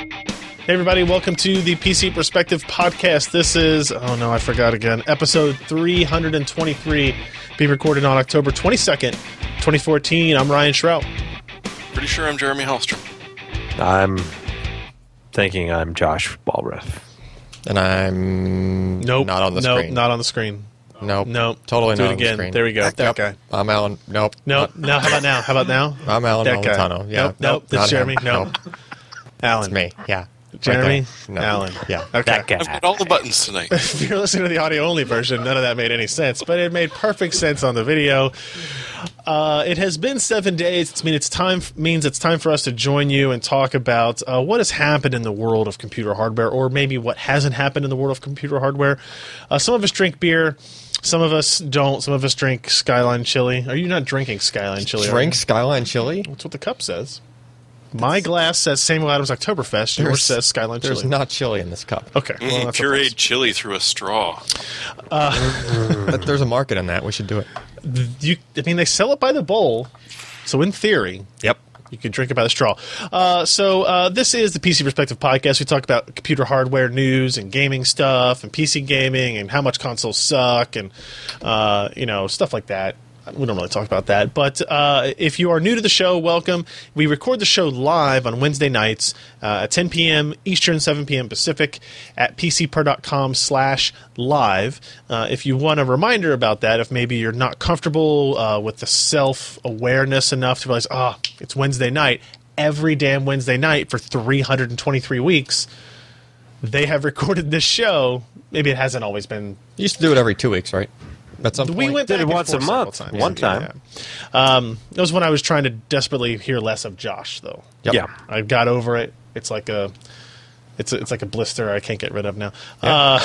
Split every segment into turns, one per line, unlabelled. Hey, everybody, welcome to the PC Perspective Podcast. This is, oh no, I forgot again, episode 323, being recorded on October 22nd, 2014. I'm Ryan Shrout.
Pretty sure I'm Jeremy Hallstrom.
I'm thinking I'm Josh Walrath.
And I'm
Nope.
not on the
nope,
screen.
Not on the screen.
nope.
Nope.
Totally
Do
not
it
on the
again.
screen.
There we go. That guy.
I'm Alan. Nope.
Nope.
Not-
Now, how about now? How about now?
I'm Alan
That guy.
Napolitano. Yeah.
Nope. Nope. That's
not
Jeremy.
him.
Nope. Alan.
It's me. Yeah. Right
Jeremy.
there. No.
Alan.
Yeah.
Okay.
That guy.
I've got all the buttons tonight.
if you're listening to the audio only version, none of that made any sense, but it made perfect sense on the video. Uh, it has been seven days. It's mean it's time means it's time for us to join you and talk about uh, what has happened in the world of computer hardware, or maybe what hasn't happened in the world of computer hardware. Uh, some of us drink beer. Some of us don't. Some of us drink Skyline Chili. Are you not drinking Skyline Chili? are
Drink
you?
Skyline Chili.
That's what the cup says. My glass says Samuel Adams Oktoberfest. Yours
There's-
says Skyline
There's
Chili.
not chili in this cup.
okay. well,
Mm,
that's a plus.
pureed chili through a straw.
But there's a market in that. We should do it.
you I mean they sell it by the bowl, so in theory
Yep.
you could drink it by the straw. Uh, so uh, this is the PC Perspective podcast. We talk about computer hardware news and gaming stuff and PC gaming and how much consoles suck and uh, you know stuff like that. We don't really talk about that, but uh, if you are new to the show, welcome. We record the show live on Wednesday nights uh, at 10 p.m. Eastern, 7 p.m. Pacific at pcper.com slash live. Uh, if you want a reminder about that, if maybe you're not comfortable uh, with the self-awareness enough to realize, ah, it's Wednesday night, every damn Wednesday night for 323 weeks, they have recorded this show. Maybe it hasn't always been
You used to do it every two weeks, right? At some
we
point.
went
Did
back
it
and
once
forth
a
several
month,
times.
one
Yeah,
time.
yeah. Um, that was when I was trying to desperately hear less of Josh, though.
Yep.
Yeah.
I got over it. It's like a, it's a, it's like a blister I can't get rid of now.
I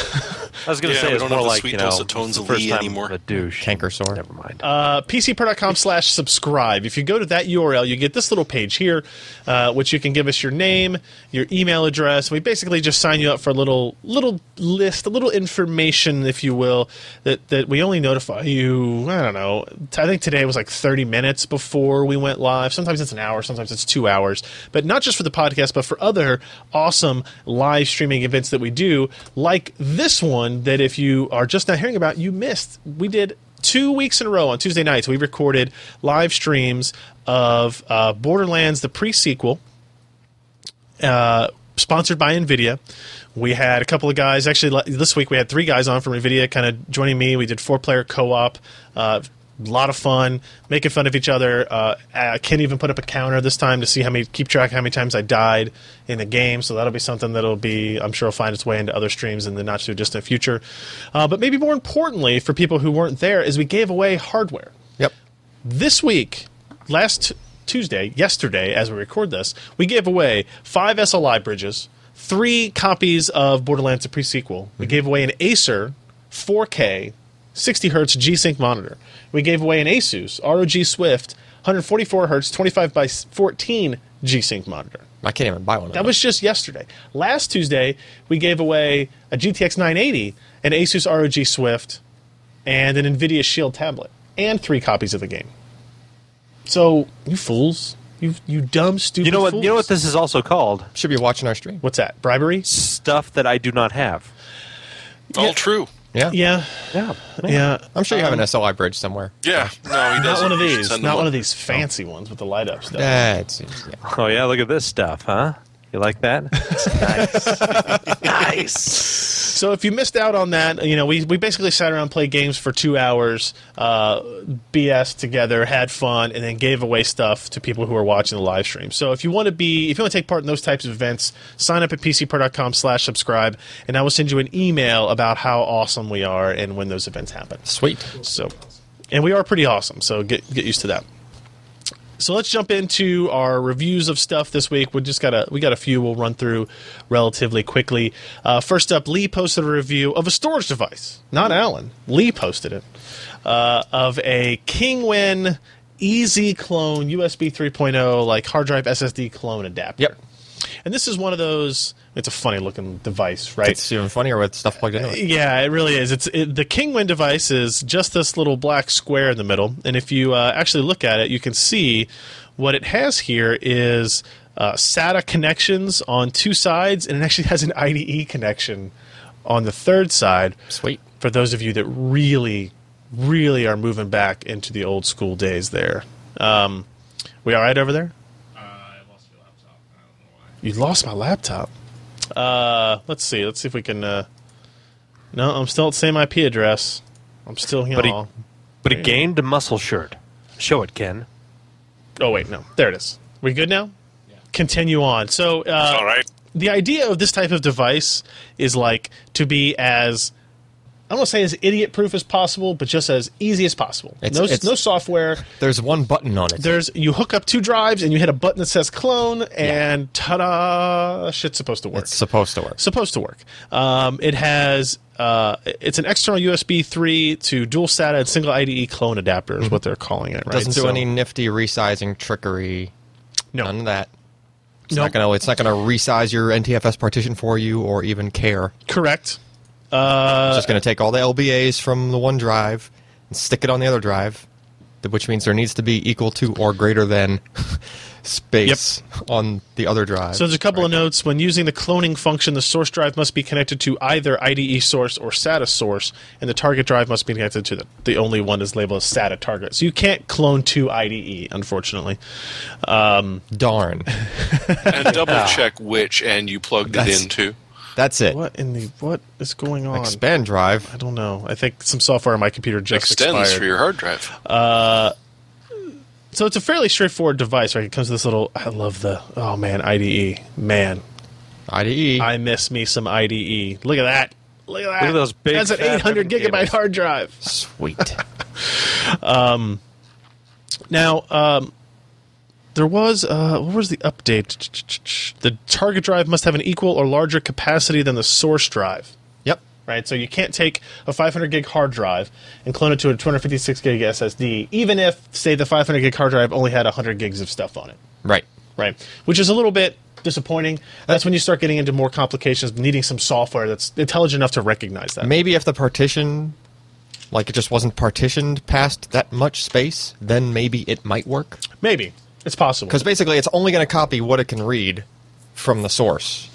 was going to
Yeah,
say
we
it's
don't
more
have the
like
sweet
you know
dulcet tones
the
of
first
Lee
time
anymore.
a douche.
Canker sore.
Never mind.
uh, pcper.com slash subscribe. If you go to that URL, you get this little page here, uh, which you can give us your name, your email address. We basically just sign you up for a little little list, a little information, if you will, that, that we only notify you, I don't know, t- I think today was like 30 minutes before we went live. Sometimes it's an hour, sometimes it's two hours. But not just for the podcast, but for other awesome live streaming events that we do, like this one that if you are just now hearing about, you missed. We did two weeks in a row on Tuesday nights, we recorded live streams of uh, Borderlands, the prequel, uh, sponsored by NVIDIA. We had a couple of guys, actually, le- this week we had three guys on from NVIDIA kind of joining me. We did four player co op. A uh, lot of fun, making fun of each other. Uh, I can't even put up a counter this time to see how many, keep track of how many times I died in the game. So that'll be something that'll be, I'm sure, will find its way into other streams in the not too distant future. Uh, but maybe more importantly for people who weren't there, is we gave away hardware
Yep.
this week, last Tuesday, yesterday, as we record this, we gave away five SLI bridges, three copies of Borderlands, the prequel. We gave away an Acer 4K 60 hertz G Sync monitor. We gave away an Asus ROG Swift 144 hertz 25 by 14 G Sync monitor.
I can't even buy one. of
That
those.
was just yesterday. Last Tuesday, we gave away a GTX 980, an Asus ROG Swift, and an NVIDIA Shield tablet, and three copies of the game. So you fools, you you dumb stupid.
you know what?
Fools.
You know what this is also called?
should be watching our stream.
What's that? Bribery?
Stuff that I do not have.
All true.
Yeah.
Yeah,
Yeah. man.
yeah. Um,
I'm sure you have an SLI bridge somewhere.
Yeah. No, he doesn't.
Not one of
You should
these.
send
Not
them
one
up.
of these fancy ones with the light up stuff.
That's yeah.
Oh yeah. Look at this stuff, huh? You like that? nice. nice.
So if you missed out on that, you know, we, we basically sat around, played games for two hours, uh, BS together, had fun, and then gave away stuff to people who were watching the live stream. So if you want to be, if you want to take part in those types of events, sign up at pcpro.com slash subscribe, and I will send you an email about how awesome we are and when those events happen.
Sweet.
So, and we are pretty awesome. So get get used to that. So let's jump into our reviews of stuff this week. We just got a we got a few we'll run through relatively quickly. Uh, first up, Lee posted a review of a storage device. Not Alan. Lee posted it uh, of a Kingwin Easy Clone USB 3.0 oh, like hard drive SSD clone adapter.
Yep.
And this is one of those. It's a funny looking device, right?
It's even funnier with stuff plugged into it.
Yeah, it really is. It's it, the Kingwin device is just this little black square in the middle, and if you uh, actually look at it, you can see what it has here is uh, SATA connections on two sides, and it actually has an IDE connection on the third side.
Sweet.
For those of you that really, really are moving back into the old school days there. Um, we all right over there? You lost my laptop. Uh, let's see. Let's see if we can. Uh, no, I'm still at the same IP address. I'm still here.
But he- But it gained a muscle shirt. Show it, Ken.
oh wait, no, there it is. We good now? Continue on. So uh,
All right.
the idea of this type of device is like to be as I don't want to say as idiot proof as possible, but just as easy as possible.
It's-
no,
it's-
no software.
There's one button on it.
There's you hook up two drives and you hit a button that says clone, and ta-da! Shit's supposed to work.
it's supposed to work.
supposed to work. Um, it has uh, it's an external USB three to dual SATA and single IDE clone adapter is what they're calling it. Right?
Mm-hmm. Doesn't do
So-
any nifty resizing trickery.
No.
None of that. It's
Nope.
not gonna. It's not gonna resize your NTFS partition for you, or even care.
Correct. Uh,
It's just gonna take all the LBAs from the one drive and stick it on the other drive, th- which means there needs to be equal to or greater than space on the other drive.
So there's a couple of notes. When using the cloning function, the source drive must be connected to either IDE source or SATA source, and the target drive must be connected to the, the only one is labeled as SATA target. So you can't clone to IDE, unfortunately.
Darn.
And double check which end you plugged
That's-
it into.
That's it.
What in the what is going on?
Expand drive.
I don't know. I think some software on my computer just
Extends
expired.
for your hard drive.
so it's a fairly straightforward device, right? It comes with this little. I love the. Oh man, IDE. Man,
IDE.
I miss me some IDE. Look at that. Look at that.
Look at those big,
That's an
fat
800
ribbon
gigabyte
cables.
hard drive.
Sweet.
Um,
Now, um, there was uh, what was the update? The target drive must have an equal or larger capacity than the source drive,
yep.
right? So you can't take a 500 gig hard drive and clone it to a 256 gig SSD, even if, say, the 500 gig hard drive only had 100 gigs of stuff on it,
Right.
right? Which is a little bit disappointing. That's when you start getting into more complications, needing some software that's intelligent enough to recognize that.
Maybe if the partition, like it just wasn't partitioned past that much space, then maybe it might work.
Maybe it's possible.
Because basically, it's only going to copy what it can read from the source,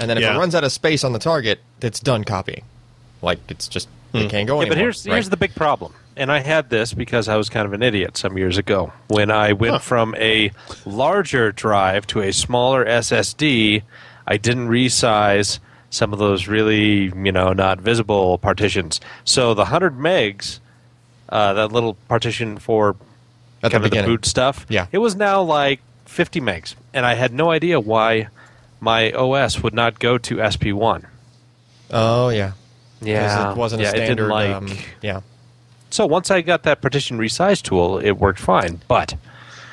and then if
Yeah.
it runs out of space on the target, it's done copying. Like it's just
Hmm.
it can't go
Yeah,
anymore.
but here's
right?
here's the big problem. And I had this because I was kind of an idiot some years ago when I went from a larger drive to a smaller SSD. I didn't resize some of those really you know not visible partitions. So the 100 megs, uh, that little partition for
At the
kind of the
beginning.
boot stuff,
Yeah.
it was now like 50 megs, and I had no idea why my OS would not go to SP1.
oh yeah, 'Cause
Yeah,
it wasn't
yeah,
a standard.
It didn't
um,
like,
yeah,
so once I got that partition resize tool, it worked fine. But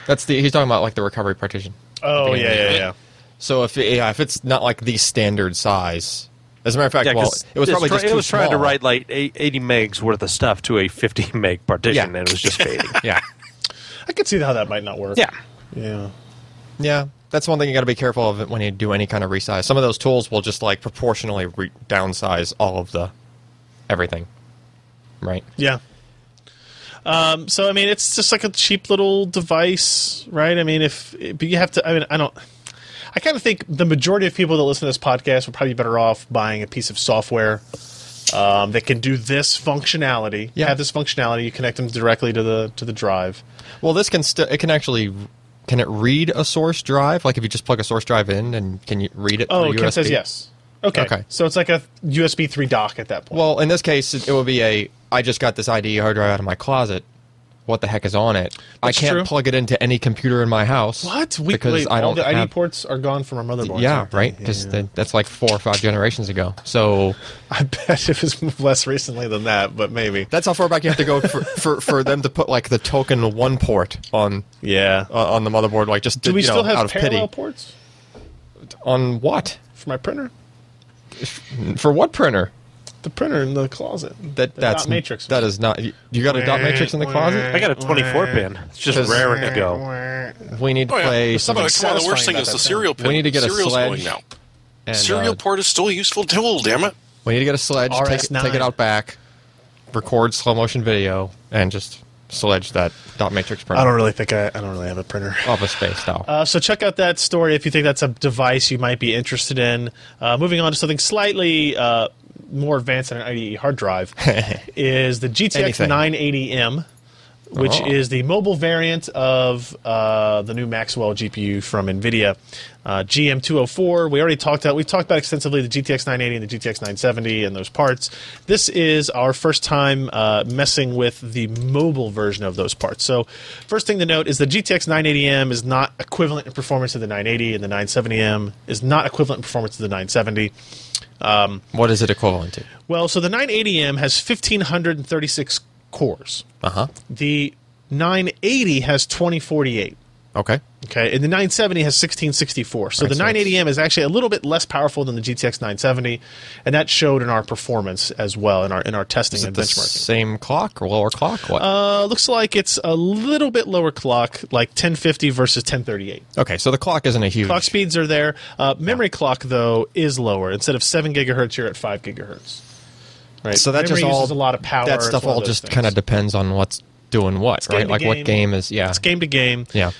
that's the he's talking about like the recovery partition.
oh yeah, yeah, yeah.
So if yeah, if it's not like the standard size, as a matter of fact,
yeah,
well,
'cause
it was
it's
probably
try-
just
it
too
was trying to
small.
write like eight- 80 megs worth of stuff to a 50 meg partition,
Yeah.
and it was just fading.
Yeah,
I could see how that might not work.
yeah,
yeah.
Yeah, that's one thing you got to be careful of when you do any kind of resize. Some of those tools will just like proportionally re- downsize all of the everything, right?
Yeah. Um, so I mean, it's just like a cheap little device, right? I mean, if but you have to, I mean, I don't. I kind of think the majority of people that listen to this podcast would probably be better off buying a piece of software um, that can do this functionality.
Yeah.
Have this functionality. You connect them directly to the to the drive.
Well, this can still it can actually can it read a source drive? Like if you just plug a source drive in and can you read it?
Oh,
through
Ken
USB?
says yes. Okay.
Okay.
So it's like a USB three dock at that point.
Well, in this case, it, it would be a I just got this IDE hard drive out of my closet. What the heck is on it? I
That's
can't
true.
plug it into any computer in my house.
what? We,
because
wait,
I
all
don't
the ID
have,
ports are gone from our motherboards.
Yeah,
aren't they?
right. Because that's like four or five generations ago. So
I bet it was less recently than that, but maybe.
That's how far back you have to go for, for, for them to put like the token one port on
Yeah.
uh, on the motherboard, like just
Do we
you know,
still
out
have
of
parallel
pity
ports
on what
for my printer?
for what printer?
The printer in the closet.
That
The
that's
dot matrix.
That is not you you got a dot matrix in the closet.
I got a 24 pin. It's just raring to go.
We
Oh,
need to play
But
some
come on, the
satisfying
worst thing
about
is
that
the
thing.
serial pin.
We need to get a
Serial's
sledge
going now.
and,
serial
uh,
port is still a useful tool, damn it.
we need to get a sledge, take, it-
RS9.
take it out back, record slow motion video, and just sledge that dot matrix printer
I don't really think I, I don't really have a printer.
off of space now.
Uh, so check out that story if you think that's a device you might be interested in. Uh, moving on to something slightly uh, more advanced than an IDE hard drive is the GTX
Anything.
980M, which
Oh.
is the mobile variant of uh, the new Maxwell GPU from NVIDIA. Uh, GM204, we already talked about, we've talked about extensively the GTX 980 and the GTX 970 and those parts. This is our first time uh, messing with the mobile version of those parts. So, first thing to note is the GTX 980M is not equivalent in performance to the 980, and the 970M is not equivalent in performance to the 970.
what is it equivalent to?
Well, so the 980M has 1536 cores.
Uh huh.
The 980 has 2048.
Okay.
Okay, and the 970 has 1664. So
Right,
the
so it's-
980M is actually a little bit less powerful than the GTX 970, and that showed in our performance as well in our in our testing
Is it
and
the
benchmarking.
same clock or lower clock? What?
Uh, looks like it's a little bit lower clock, like 1050 versus 1038.
okay, so the clock isn't a huge.
Clock speeds are there. Uh, memory clock though is lower. Instead of seven gigahertz, you're at five gigahertz. Right.
So that
memory
just all
uses a lot of power.
That
It's
stuff
one
all
those
just
things.
kind of depends on what's doing what,
game
right?
to
Like
game.
what game is? Yeah.
it's Uh, game to game.
Yeah.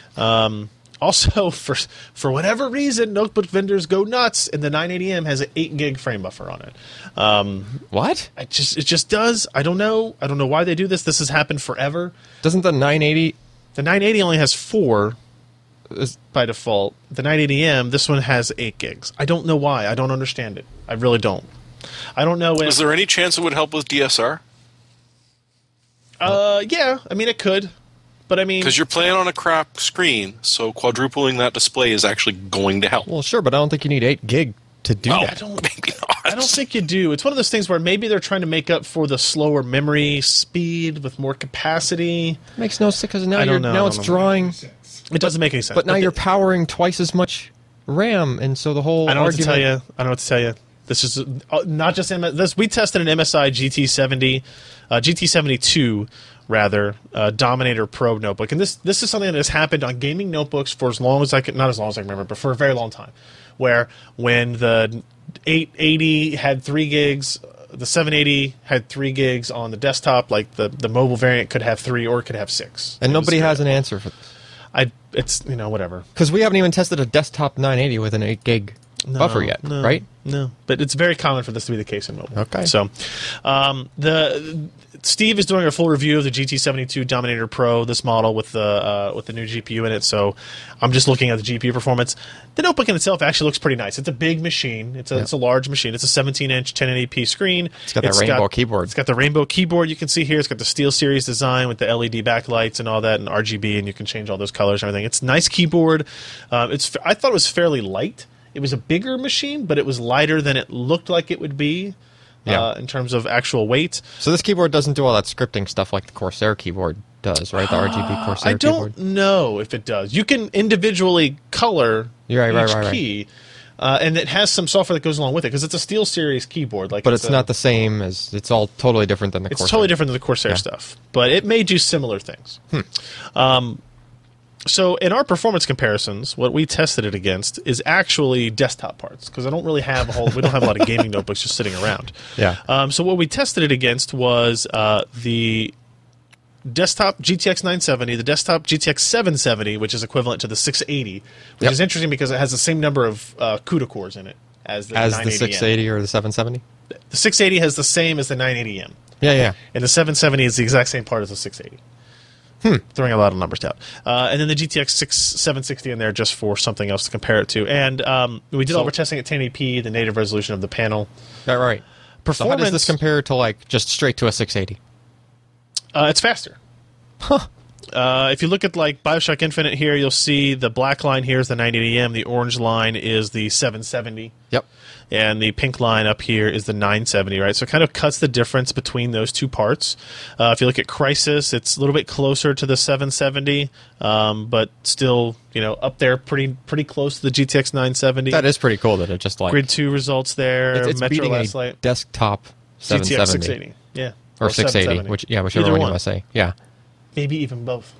Also, for for whatever reason, notebook vendors go nuts, and the 980M has an eight gig frame buffer on it. Um,
What?
it just it just does. I don't know. I don't know why they do this. This has happened forever.
Doesn't the 980?
The 980 only has four
Is,
by default. The 980M, this one has eight gigs. I don't know why. I don't understand it. I really don't. I don't know. If,
Is there any chance it would help with DSR?
uh, yeah. I mean, it could, but I mean,
Because you're playing on a crap screen, so quadrupling that display is actually going to help.
well, sure, but I don't think you need eight gig to do
Oh,
I
that.
don't.
maybe not.
I don't think you do. It's one of those things where maybe they're trying to make up for the slower memory speed with more capacity.
Makes no sense because now
I
you're
don't know,
now
I
it's
don't know.
drawing,
It doesn't make any sense.
but now
the-
you're powering twice as much RAM, and so the whole
I don't know what to
argument,
tell you. I don't know what to tell you. This is uh, not just M- this. We tested an MSI GT70, uh, GT72 rather, uh, Dominator Pro notebook, and this this is something that has happened on gaming notebooks for as long as I can, not as long as I can remember, but for a very long time, where when the 880 had three gigs. uh, The 780 had three gigs on the desktop. Like the, the mobile variant could have three or it could have six.
and
It was
nobody
great.
has an answer for this
I it's you know whatever.
because we haven't even tested a desktop 980 with an eight gig buffer yet,
no,
right?
No, but it's very common for this to be the case in mobile.
Okay.
So, um, the Steve is doing a full review of the GT72 Dominator Pro, this model with the uh, with the new GPU in it. So, I'm just looking at the GPU performance. The notebook in itself actually looks pretty nice. It's a big machine. It's a it's a large machine. It's a 17 inch 1080p screen. It's
got that rainbow keyboard.
It's got the rainbow keyboard you can see here. It's got the Steel Series design with the LED backlights and all that, and RGB, and you can change all those colors and everything. It's a nice keyboard. Um, it's I thought it was fairly light. It was a bigger machine, but it was lighter than it looked like it would be
Yeah.
uh, in terms of actual weight.
So this keyboard doesn't do all that scripting stuff like the Corsair keyboard does, right? The RGB Corsair
Uh, I don't
keyboard.
know if it does. You can individually color
You're right, right,
each
right, right.
key, Uh, and it has some software that goes along with it because it's a Steel Series keyboard. Like,
But it's
a-
not the same as it's all totally different than the
It's
Corsair.
totally different than the Corsair stuff, but it may do similar things.
Hmm.
Um, so in our performance comparisons, what we tested it against is actually desktop parts because I don't really have a whole. we don't have a lot of gaming notebooks just sitting around.
Yeah.
Um, so what we tested it against was uh, the desktop GTX 970, the desktop GTX 770, which is equivalent to the 680, which
Yep.
is interesting because it has the same number of uh, CUDA cores in it as the
as the
980M.
680 or the 770.
The 680 has the same as the 980M.
Yeah, yeah.
And the 770 is the exact same part as the 680. Throwing a lot of numbers out. Uh, and then the GTX 6, 760 in there just for something else to compare it to. And um, we did all
So-
our testing at 1080p, the native resolution of the panel.
Right, right. So how
Performance,
does this compare to like just straight to a 680?
uh, it's faster. Uh, if you look at like Bioshock Infinite here, you'll see the black line here is the 980M, the orange line is the 770.
Yep.
and the pink line up here is the 970, right? So it kind of cuts the difference between those two parts. Uh, if you look at Crisis, it's a little bit closer to the 770, um, but still, you know, up there, pretty pretty close to the GTX 970.
That is pretty cool that it just like
Grid two results there.
it's, it's
Metro
beating a
Last Light,
desktop
GTX
770
680, yeah,
or
770.
680, which yeah, whichever
Either
one, you
one
want to say. Yeah.
maybe even both.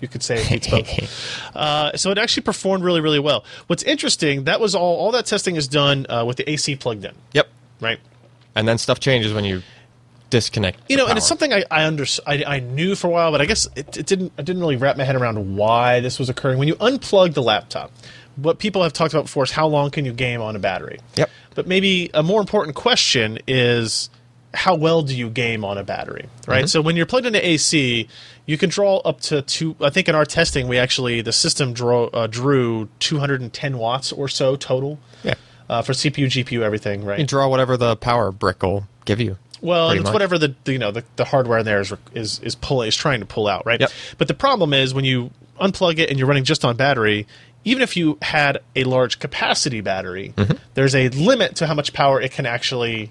You could say it beats both. Uh, so it actually performed really, really well. What's interesting, that was all. All that testing is done uh, with the AC plugged in,
Yep.
right?
And then stuff changes when you disconnect.
you
the
know, and it's
power.
something I I, under, I I knew for a while, but I guess it, it didn't I didn't really wrap my head around why this was occurring. When you unplug the laptop, what people have talked about before is how long can you game on a battery?
Yep.
But maybe a more important question is how well do you game on a battery, right?
Mm-hmm.
So when you're plugged into AC, you can draw up to two. I think in our testing, we actually the system draw, uh, drew 210 watts or so total.
Yeah.
Uh, for CPU, GPU, everything, right?
You draw whatever the power brick will give you.
Well,
pretty
it's
much.
whatever the the, you know the, the hardware in there is is is pull is trying to pull out, right?
Yep.
But the problem is when you unplug it and you're running just on battery. Even if you had a large capacity battery,
Mm-hmm.
there's a limit to how much power it can actually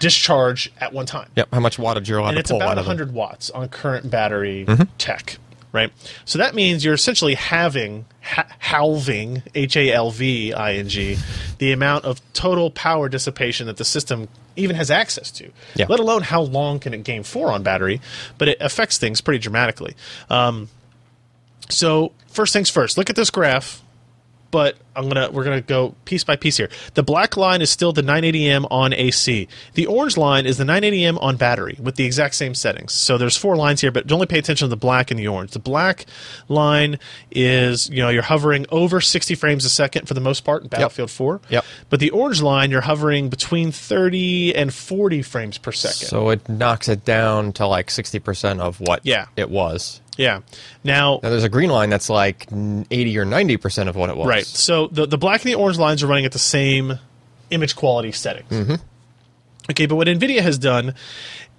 discharge at one time
Yep. How much wattage you're allowed
and
to
it's
pull
about
out of Mm-hmm.
100
them.
watts on current battery tech right so that means you're essentially having ha- halving h-a-l-v-i-n-g the amount of total power dissipation that the system even has access to
Yeah.
let alone how long can it game for on battery but it affects things pretty dramatically um, so first things first look at this graph but I'm gonna we're gonna go piece by piece here. The black line is still the 980M on AC. The orange line is the 980M on battery with the exact same settings. So there's four lines here, but only pay attention to the black and the orange. The black line is you know you're hovering over 60 frames a second for the most part in Battlefield 4.
Yep.
But the orange line you're hovering between 30 and 40 frames per second.
So it knocks it down to like 60% of what
Yeah.
it was.
yeah. Now
Now there's a green line that's like 80 or 90% of what it was.
Right. So the, the black and the orange lines are running at the same image quality settings. Okay, but what NVIDIA has done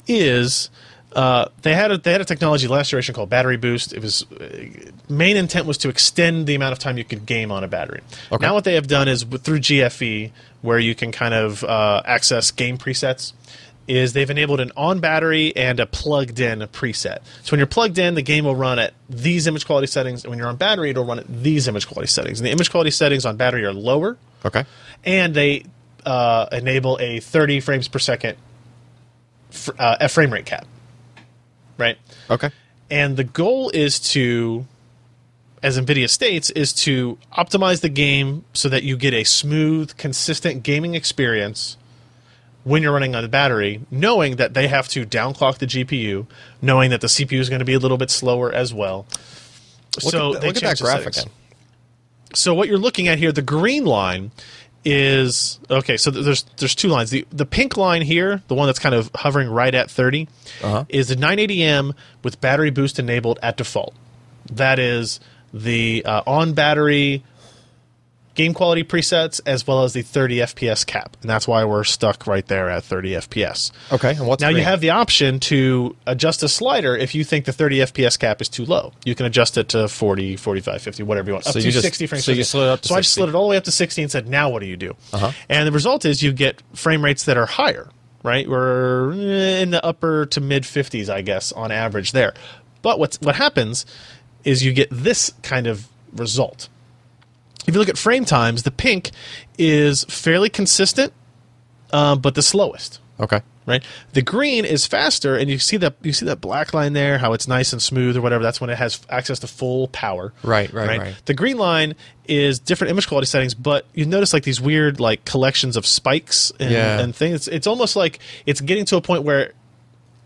is uh, they had a, they had a technology last generation called Battery Boost. It was uh, main intent was to extend the amount of time you could game on a battery.
Okay.
Now what they have done is with- through GFE, where you can kind of uh, access game presets. Is they've enabled an on battery and a plugged in preset. So when you're plugged in, the game will run at these image quality settings, and when you're on battery, it'll run at these image quality settings. And the image quality settings on battery are lower,
Okay.
and they uh, enable a 30 frames per second fr- uh, a frame rate cap, right?
Okay.
And the goal is to, as NVIDIA states, is to optimize the game so that you get a smooth, consistent gaming experience when you're running on the battery, knowing that they have to downclock the GPU, knowing that the CPU is going to be a little bit slower as well. so
look at,
they
look at that
changed the
graph
settings.
again.
So what you're looking at here, the green line is okay. So th- there's there's two lines. The the pink line here, the one that's kind of hovering right at 30,
Uh-huh.
is the 980M with battery boost enabled at default. That is the uh, on battery game quality presets as well as the 30 FPS cap, and that's why we're stuck right there at 30 FPS.
Okay. And what's
Now you
green?
have the option to adjust a slider if you think the 30 FPS cap is too low. You can adjust it to 40, 45, 50, whatever you want. Up
So
to
you just-
60 frames
so
per
you
second.
slid it up to
So I just
60.
slid it all the way up to 60 and said, now what do you do?
Uh-huh.
And the result is you get frame rates that are higher, right? We're in the upper to mid 50s, I guess, on average there. But what's, what happens is you get this kind of result. If you look at frame times, the pink is fairly consistent, um, but the slowest
Okay.
right? The green is faster, and you see that you see that black line there, how it's nice and smooth or whatever. That's when it has access to full power.
Right, right, right.
The green line is different image quality settings, but you notice like these weird like collections of spikes and,
Yeah.
and things. It's, it's almost like it's getting to a point where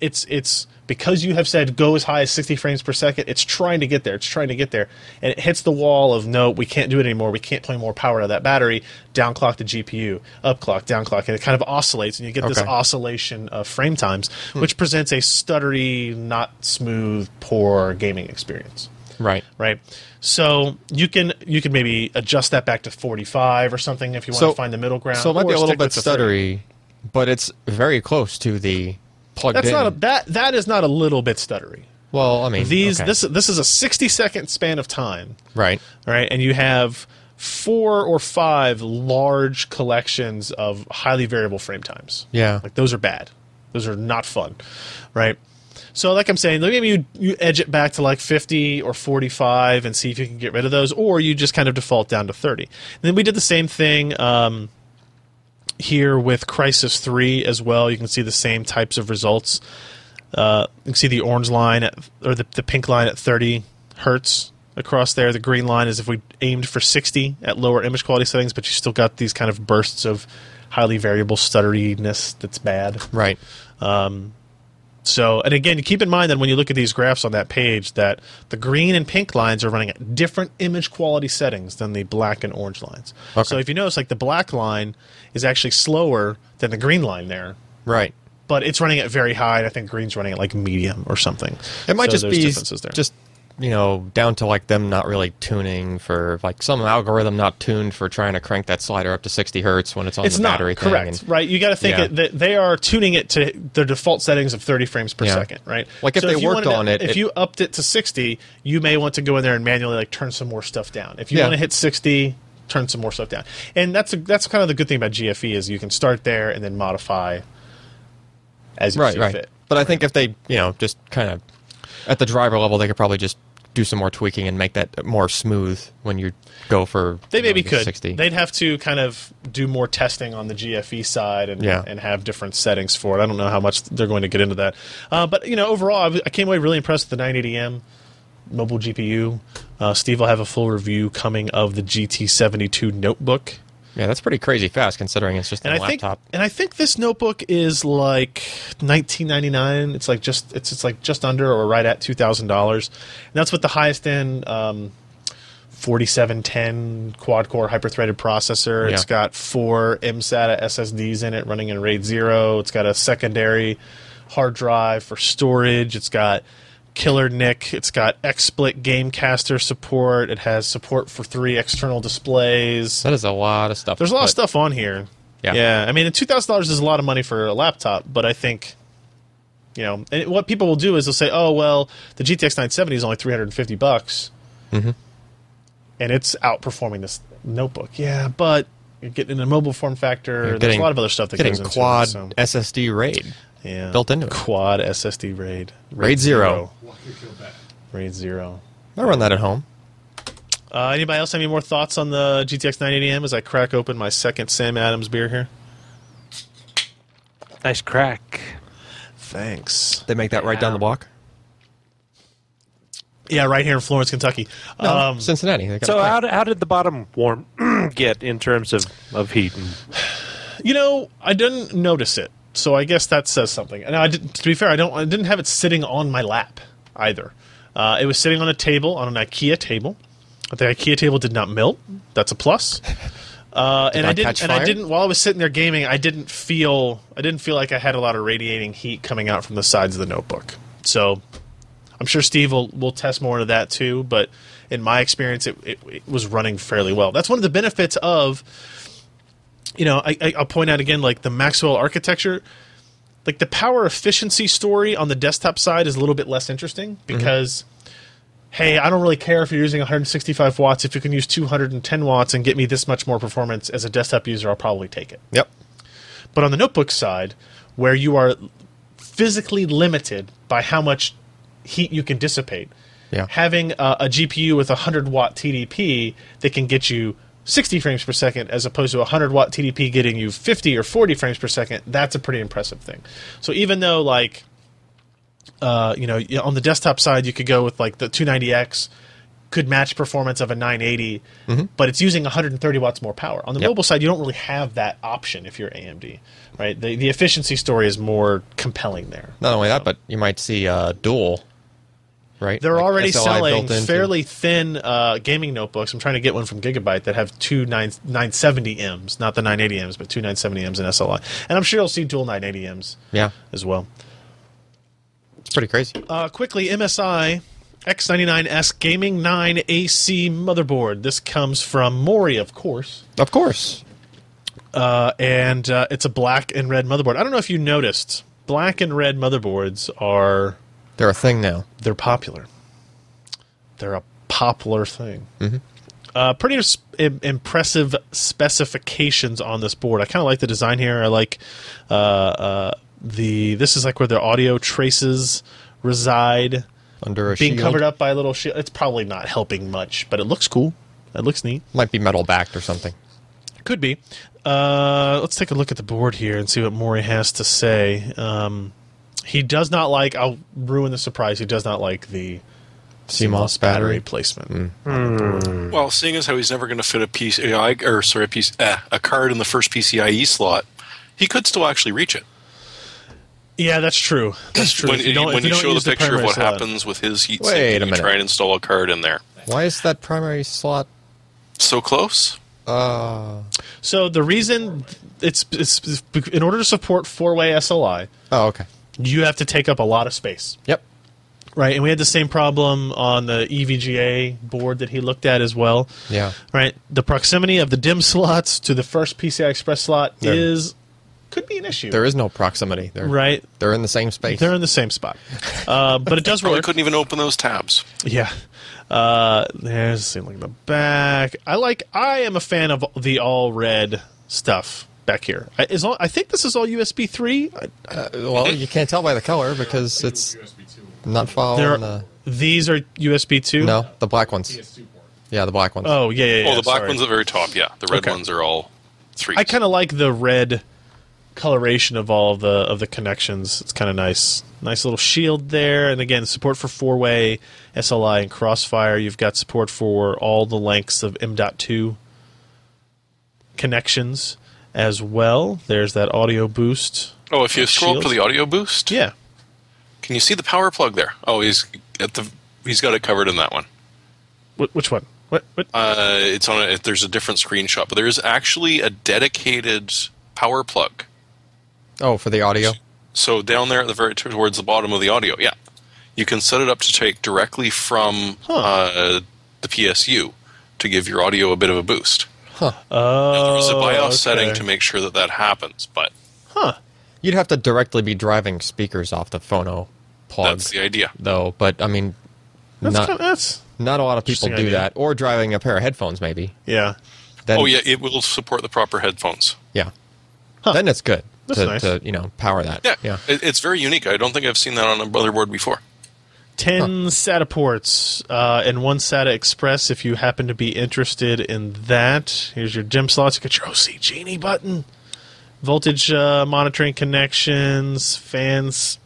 it's it's because you have said go as high as 60 frames per second it's trying to get there it's trying to get there and it hits the wall of no we can't do it anymore we can't play more power out of that battery downclock the gpu upclock downclock and it kind of oscillates and you get this
Okay. Hmm.
oscillation of frame times which presents a stuttery not smooth poor gaming experience
Right.
right so you can you can maybe adjust that back to 45 or something if you want
So-
to find the middle ground
So it might be
or
a little
stick
bit
with the 30.
stuttery, but it's very close to the plugged
that's
in.
not a, that that is not a little bit stuttery
well, I mean,
These
okay.
this this is a 60 second span of time,
right.
all right? And you have four or five large collections of highly variable frame times.
Yeah.
Like those are bad. Those are not fun, right? So like I'm saying, maybe you you edge it back to like 50 or 45 and see if you can get rid of those or you just kind of default down to 30. And then we did the same thing um, here with Crisis 3 as well. You can see the same types of results. Uh, you can see the orange line at, or the, the pink line at 30 hertz across there. The green line is if we aimed for 60 at lower image quality settings, but you still got these kind of bursts of highly variable stutteriness that's bad.
Right.
So, and again, keep in mind that when you look at these graphs on that page, that the green and pink lines are running at different image quality settings than the black and orange lines.
Okay.
So, if you notice, like the black line is actually slower than the green line there,
Right.
but it's running at very high, and I think green's running at like medium or something.
It might
So
just
there's
be
differences there.
just you know down to like them not really tuning for like some algorithm not tuned for trying to crank that slider up to 60 hertz when it's on
it's
the
not
battery thing
correct,
and-
right? You got to think
Yeah.
it, that they are tuning it to their default settings of 30 frames per
Yeah.
second, right?
Like, if they
you
worked
wanted to-
on it,
if
it-
you upped it to 60, you may want to go in there and manually like turn some more stuff down. If you
Yeah.
want to hit 60, turn some more stuff down. And that's a, that's kind of the good thing about GFE is you can start there and then modify as you
right,
see
right.
fit.
But I think if they, you know, just kind of at the driver level, they could probably just do some more tweaking and make that more smooth when you go for
They
you know,
maybe
your
could.
60.
They'd have to kind of do more testing on the GFE side and
Yeah.
and have different settings for it. I don't know how much they're going to get into that, uh, but you know, overall, I, w- I came away really impressed with the 980M mobile GPU. Uh, Steve will have a full review coming of the GT72 notebook,
yeah, that's pretty crazy fast considering it's just
and
a
I
laptop.
think and I think this notebook is like 1999. It's like just it's it's like just under or right at two thousand dollars, and that's with the highest end. Um, 4710 quad core hyper-threaded processor. It's
Yeah.
got four MSATA SSDs in it running in RAID 0. It's got a secondary hard drive for storage. It's got killer NIC. It's got XSplit Gamecaster support. It has support for three external displays.
that is a lot of stuff.
There's a lot of
But
stuff on here.
Yeah.
Yeah. I mean, two thousand dollars is a lot of money for a laptop, but I think, you know, and what people will do is they'll say, "Oh, well, the GTX 970 is only three hundred and fifty bucks,
Mm-hmm.
and it's outperforming this notebook." Yeah, but you're getting in a mobile form factor.
You're
There's
getting-
a lot of other stuff that
Getting
goes into
quad
it. so,
SSD RAID.
yeah,
built into it.
Quad SSD RAID.
RAID zero.
RAID zero.
I run that at home.
Uh, anybody else have any more thoughts on the GTX 980M as I crack open my second Sam Adams beer here?
Nice crack.
Thanks.
They make that right down the block.
Yeah, right here in Florence, Kentucky. um,
Cincinnati. They got
So
a
how, d- how did the bottom warm get in terms of, of heat? And
you know, I didn't notice it, so I guess that says something. And I didn't, to be fair, I don't. I didn't have it sitting on my lap either. Uh, it was sitting on a table on an IKEA table. The IKEA table did not melt. That's a plus. Uh, and I
not
didn't.
catch
And I
fire?
didn't. While I was sitting there gaming, I didn't feel. I didn't feel like I had a lot of radiating heat coming out from the sides of the notebook. So I'm sure Steve will, will test more into that too, but in my experience, it, it, it was running fairly well. That's one of the benefits of, you know, I, I, I'll point out again, like the Maxwell architecture, like the power efficiency story on the desktop side is a little bit less interesting because, hey, I don't really care if you're using 165 watts. If you can use 210 watts and get me this much more performance as a desktop user, I'll probably take it.
Yep.
But on the notebook side, where you are physically limited by how much heat you can dissipate,
Yeah.
having a, a GPU with a 100 watt TDP that can get you 60 frames per second as opposed to a 100 watt TDP getting you 50 or 40 frames per second, that's a pretty impressive thing. So even though, like, uh, you know, on the desktop side, you could go with like the 290X could match performance of a 980, but it's using 130 watts more power. On the
Mm-hmm. Yep.
mobile side, you don't really have that option if you're AMD, right? The, the efficiency story is more compelling there.
Not only that, but you might see uh, dual. Right.
They're
Like
already
SLI
selling
built into-
fairly thin uh, gaming notebooks. I'm trying to get one from Gigabyte that have two 9, 970Ms, not the 980Ms, but two 970Ms and SLI. And I'm sure you'll see dual 980Ms
Yeah,
as well.
it's pretty crazy.
Uh, quickly, MSI X99S Gaming 9 AC motherboard. This comes from Mori, of course.
Of course.
Uh, and uh, it's a black and red motherboard. I don't know if you noticed, black and red motherboards are
They're a thing now.
they're popular. They're a popular thing. Uh, pretty s- im- impressive specifications on this board. I kind of like the design here. I like uh, uh, the this is like where the audio traces reside,
Under a
being
shield.
covered up by a little shield. It's probably not helping much, but it looks cool. It looks neat.
Might be metal backed or something.
Could be. Uh, let's take a look at the board here and see what Maury has to say. Um, he does not like. I'll ruin the surprise. He does not like the
CMOS battery.
placement.
Well, seeing as how he's never going to fit a PCI or sorry, a, E PC, eh, a card in the first PCIe slot, he could still actually reach it.
Yeah, that's true. That's true.
When
If
you,
don't- if
when you
don't
show the
use
picture of
primary
what
slot.
happens with his heat
Wait
sink,
a
and you
minute.
try and install a card in there.
Why is that primary slot?
So close.
Uh,
So the reason it's, it's, it's bec- in order to support four-way SLI,
oh, okay.
you have to take up a lot of space,
Yep.
right? And we had the same problem on the E EVGA board that he looked at as well.
Yeah.
Right. The proximity of the dim slots to the first PCI Express slot
There-
is could be an issue.
There is no proximity. They're,
right.
They're in the same space.
They're in the same spot, uh, but it does
Probably
work.
couldn't even open those tabs.
Yeah. Uh, there's something in the back. I like. I am a fan of the all red stuff back here. I, is all, I think this is all USB three. I-
Uh, well, you can't tell by the color because it's not following
There,
the.
these are USB two.
No, the black ones. Yeah, the black ones.
Oh yeah, yeah. yeah
oh, the black
sorry.
one's at the very top. Yeah, the red
Okay.
ones are all three.
I kind of like the red coloration of all the of the connections. It's kind of nice. Nice little shield there, and again, support for four way SLI and Crossfire. You've got support for all the lengths of M.2 connections as well. There's that audio boost.
Oh, if you scroll up to
shields.
the audio boost,
Yeah,
can you see the power plug there? Oh, he's at the. He's got it covered in that one.
Wh- which one? What? What?
Uh, it's on. A, there's a different screenshot, but there is actually a dedicated power plug.
Oh, for the audio.
So down there at the very towards the bottom of the audio, yeah, you can set it up to take directly from uh, the PSU to give your audio a bit of a boost.
Oh,
There's a BIOS setting
okay.
to make sure that that happens, but
You'd have to directly be driving speakers off the phono plug,
that's the idea.
though. But I mean,
That's,
not
kind of, that's
not a lot of people
Interesting idea.
do that, or driving a pair of headphones, maybe.
yeah.
Then,
Oh yeah, it will support the proper headphones.
yeah. Then it's good
That's
to,
nice.
to you know power that.
Yeah,
yeah.
It, it's very unique. I don't think I've seen that on a motherboard before.
Ten SATA ports uh, and one SATA Express. If you happen to be interested in that, here's your DIMM slots. You got your OC Genie button, voltage uh, monitoring connections, fans.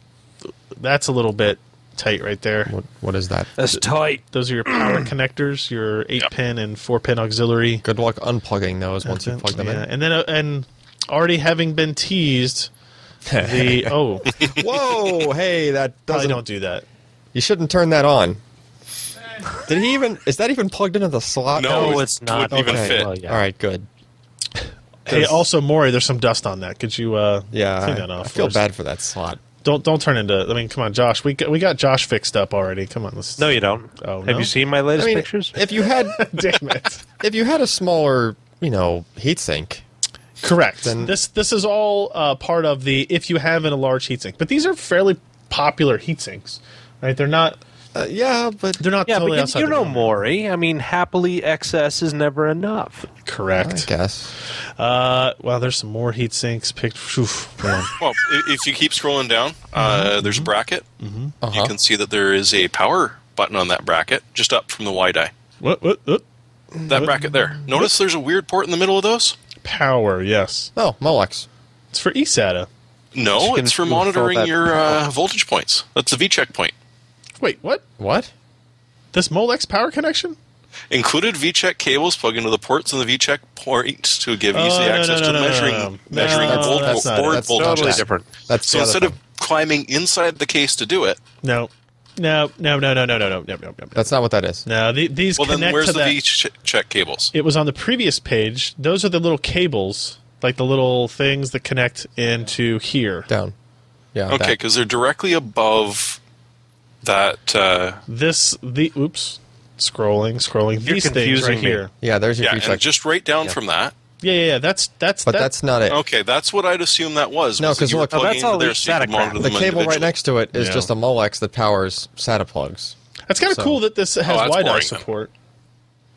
That's a little bit tight right there.
What, what is that?
That's tight.
Those are your power connectors, your eight pin and four pin auxiliary.
Good luck unplugging those once you plug them
Yeah, and then uh, and already having been teased, the oh,
in. Whoa! Hey, that
probably
doesn't.
don't do that.
You shouldn't turn that on. Did he even? Is that even plugged into the slot?
No,
No,
it
Oh, it's not.
wouldn't even
Okay.
fit.
Well, yeah.
All right, good.
Hey,
Does-
also Maury, there's some dust on that. Could you uh,
Yeah,
clean
I,
that off?
I feel
for us?
bad for that slot.
Don't don't turn into. I mean, come on, Josh. We got, we got Josh fixed up already. Come on, let's.
No, you don't.
Oh,
Have
no?
you seen my latest
I mean,
pictures?
if you had
damn it.
if you had a smaller, you know, heatsink,
Correct.
Then-
this this is all uh, part of the if you have in a large heatsink. But these are fairly popular heatsinks, right? They're not
uh, yeah, but
they're not
yeah,
totally
but
outside.
you, you
the
know,
norm.
Maury. I mean, happily, excess is never enough.
I
Correct.
guess
Uh, wow, there's some more heatsinks picked. Phew, man.
Well, i- if you keep scrolling down, uh,
Mm-hmm.
there's a bracket. You
Uh-huh.
can see that there is a power button on that bracket, just up from the Y die.
what, what, what?
That bracket there. Notice there's a weird port in the middle of those.
Power. Yes,
oh, Molex.
it's for E eSATA.
No,
gonna
it's for
fill that
monitoring your
out.
uh, voltage points. That's the VCheck point.
Wait, what?
What?
This Molex power connection?
Included VCheck cables plug into the ports in the VCheck point to give
Oh,
easy
no,
access
no,
to
no, no,
measuring
no, no.
measuring
No,
your volt-
that's not it.
board
That's
voltage.
totally
That's-
different.
That's
So
the other
instead
thing.
of climbing inside the case to do it,
No, no, no, no, no, no, no, no, no, no, no.
Uh,
that's not what that is.
No, the, these
well, then
connect
where's
to
the
that.
VCheck cables?
it was on the previous page. Those are the little cables, like the little things that connect into here.
Down. Yeah.
Okay,
that.
because they're directly above that. Uh,
This the oops, scrolling, scrolling.
You're
these things right
confusing me.
here.
Yeah. There's your
yeah,
VCheck.
and just right down from that.
Yeah, yeah, yeah. That's that's
but
that-
that's not it.
Okay, that's what I'd assume that was.
No,
was that
'cause
you were
look- Oh,
plugging
that's
into
all
their
the
seat to
static
monitor
crap.
The
them
cable right
individually.
next to it is
Yeah.
just a Molex that powers SATA plugs.
that's kind of
so-
cool that this has
that's
Wi-Fi
boring then.
support,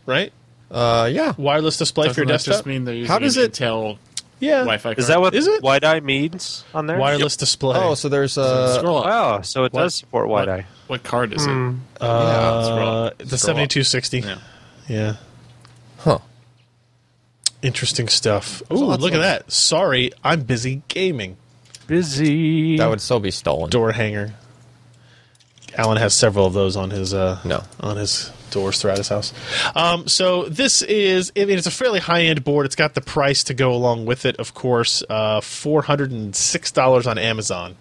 right?
Uh, yeah.
Wireless display for your
Doesn't that
desktop.
just mean they're using
How does
an
it-
Intel
yeah,
Wi-Fi card?
Is that what
Is it?
wide eye means on there?
wireless display.
Oh, so there's uh,
Scroll up.
Wow, so it does support wide eye.
What card is it?
yeah,
uh,
scroll-
the
scroll up.
seventy-two sixty.
Yeah.
yeah.
huh?
Interesting stuff. Ooh,
lots
look at
of-
that. Sorry, I'm busy gaming.
Busy.
That would still be stolen.
door hanger. Alan has several of those on his uh,
No.
on his doors throughout his house. Um, so this is I mean it's a fairly high end board. It's got the price to go along with it, of course. Uh, Four hundred and six dollars on Amazon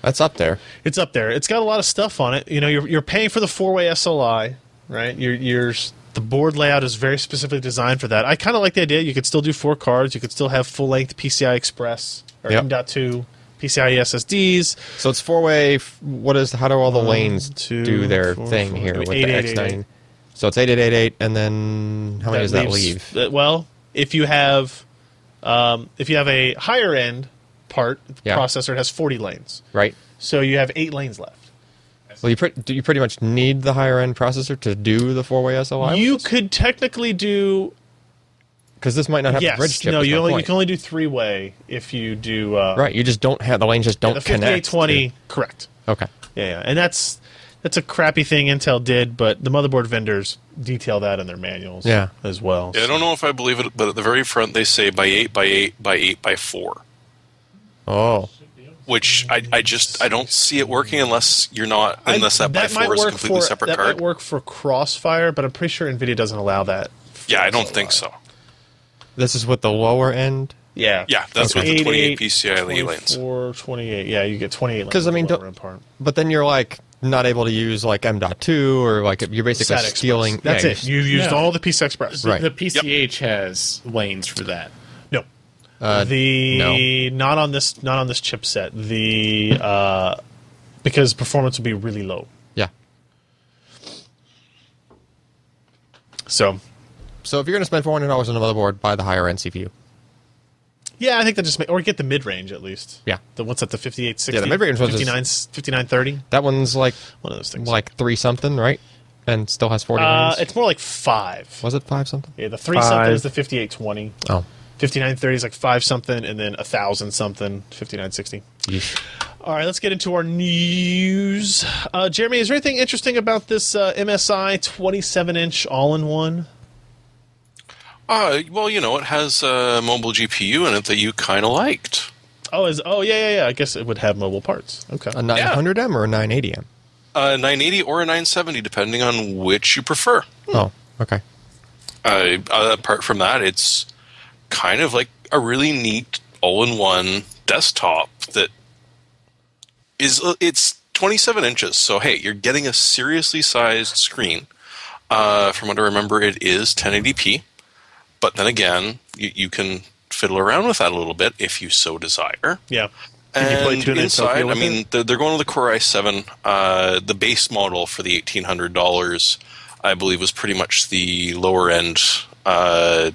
That's up there.
It's up there. It's got a lot of stuff on it. You know, you're you're paying for the four way SLI, right? You're, you're the board layout is very specifically designed for that. I kind of like the idea. You could still do four cards. You could still have full length PCI Express or
Yep.
M.2 PCIe SSDs.
So it's four way. What is? How do all the
One,
lanes
two,
do their
four,
thing
four,
here with
eight,
the
eight,
X
eight, eight.
nine? So it's eight eight eight eight, and then how many does that
leaves-
leave?
uh, well, if you have um, if you have a higher end part
Yeah.
processor, it has forty lanes,
Right.
so you have eight lanes left.
Well, you pre- do you pretty much need the higher end processor to do the four way SLI?
you could technically do
because this might not have the bridge
yes,
chip.
no,
is
you
my
only you
point.
can only do three way if you do uh,
right. You just don't have Oh. the lanes. Just don't
the
connect.
fifty-eight
to-
twenty correct.
Okay.
Yeah, yeah, and that's that's a crappy thing Intel did, but the motherboard vendors detail that in their manuals,
Yeah.
as well.
Yeah, I don't know if I believe it, but at the very front they say by eight by eight by eight by four,
Oh,
which I, I just I don't see it working unless you're not
I-
unless that, by four is a completely
for,
separate
that
card.
might work for Crossfire, but I'm pretty sure Nvidia doesn't allow that. for
Yeah, I don't
SLI.
think so.
this is with the lower end.
Yeah,
Yeah, that's with the 28 PCIe
24,
lanes.
28. Yeah, you get 28 lanes.
'Cause, I mean,
with the
don't-
lower end part.
But then you're like not able to use like M.2 or like you're basically
SATA Express.
stealing.
That's
yeah,
it. You've used
No.
all the PCI Express.
Right.
The PCH has lanes for that.
No.
Uh,
the not on this not on this chipset. The uh, because performance would be really low.
Yeah.
So
So if you're going to spend four hundred dollars on a motherboard, buy the higher end CPU.
yeah, I think that just ma- or get the mid range at least.
Yeah.
The what's that? The fifty eight sixty.
Yeah, the mid-range ones is-
59, 5930?
That one's like
One of those things.
like three something, right? And still has forty.
uh,
lanes.
it's more like five.
Was it five something?
Yeah, the three something
Five.
is the fifty eight twenty.
Oh,
5930 is like five something, and then a thousand something, 5960.
Yeesh.
All right, let's get into our news. Uh, Jeremy, is there anything interesting about this uh, MSI 27 inch all in one?
Uh, well, you know, it has a mobile GPU in it that you kind of liked.
Oh, is oh yeah yeah yeah. I guess it would have mobile parts. Okay.
a nine hundred M or a nine eighty M?
A 980 Uh, or a 970, depending on which you prefer.
Oh, okay.
Uh, uh, apart from that, it's kind of like a really neat all-in-one desktop that is uh, it's 27 inches. So hey, you're getting a seriously sized screen. Uh, from what I remember, it is 1080p. But then again, you, you can fiddle around with that a little bit if you so desire.
yeah.
And
you play Tune in
inside,
Tokyo
I
with
mean, they're, they're going with the Core i7. Uh, the base model for the eighteen hundred dollars, I believe, was pretty much the lower end. Uh,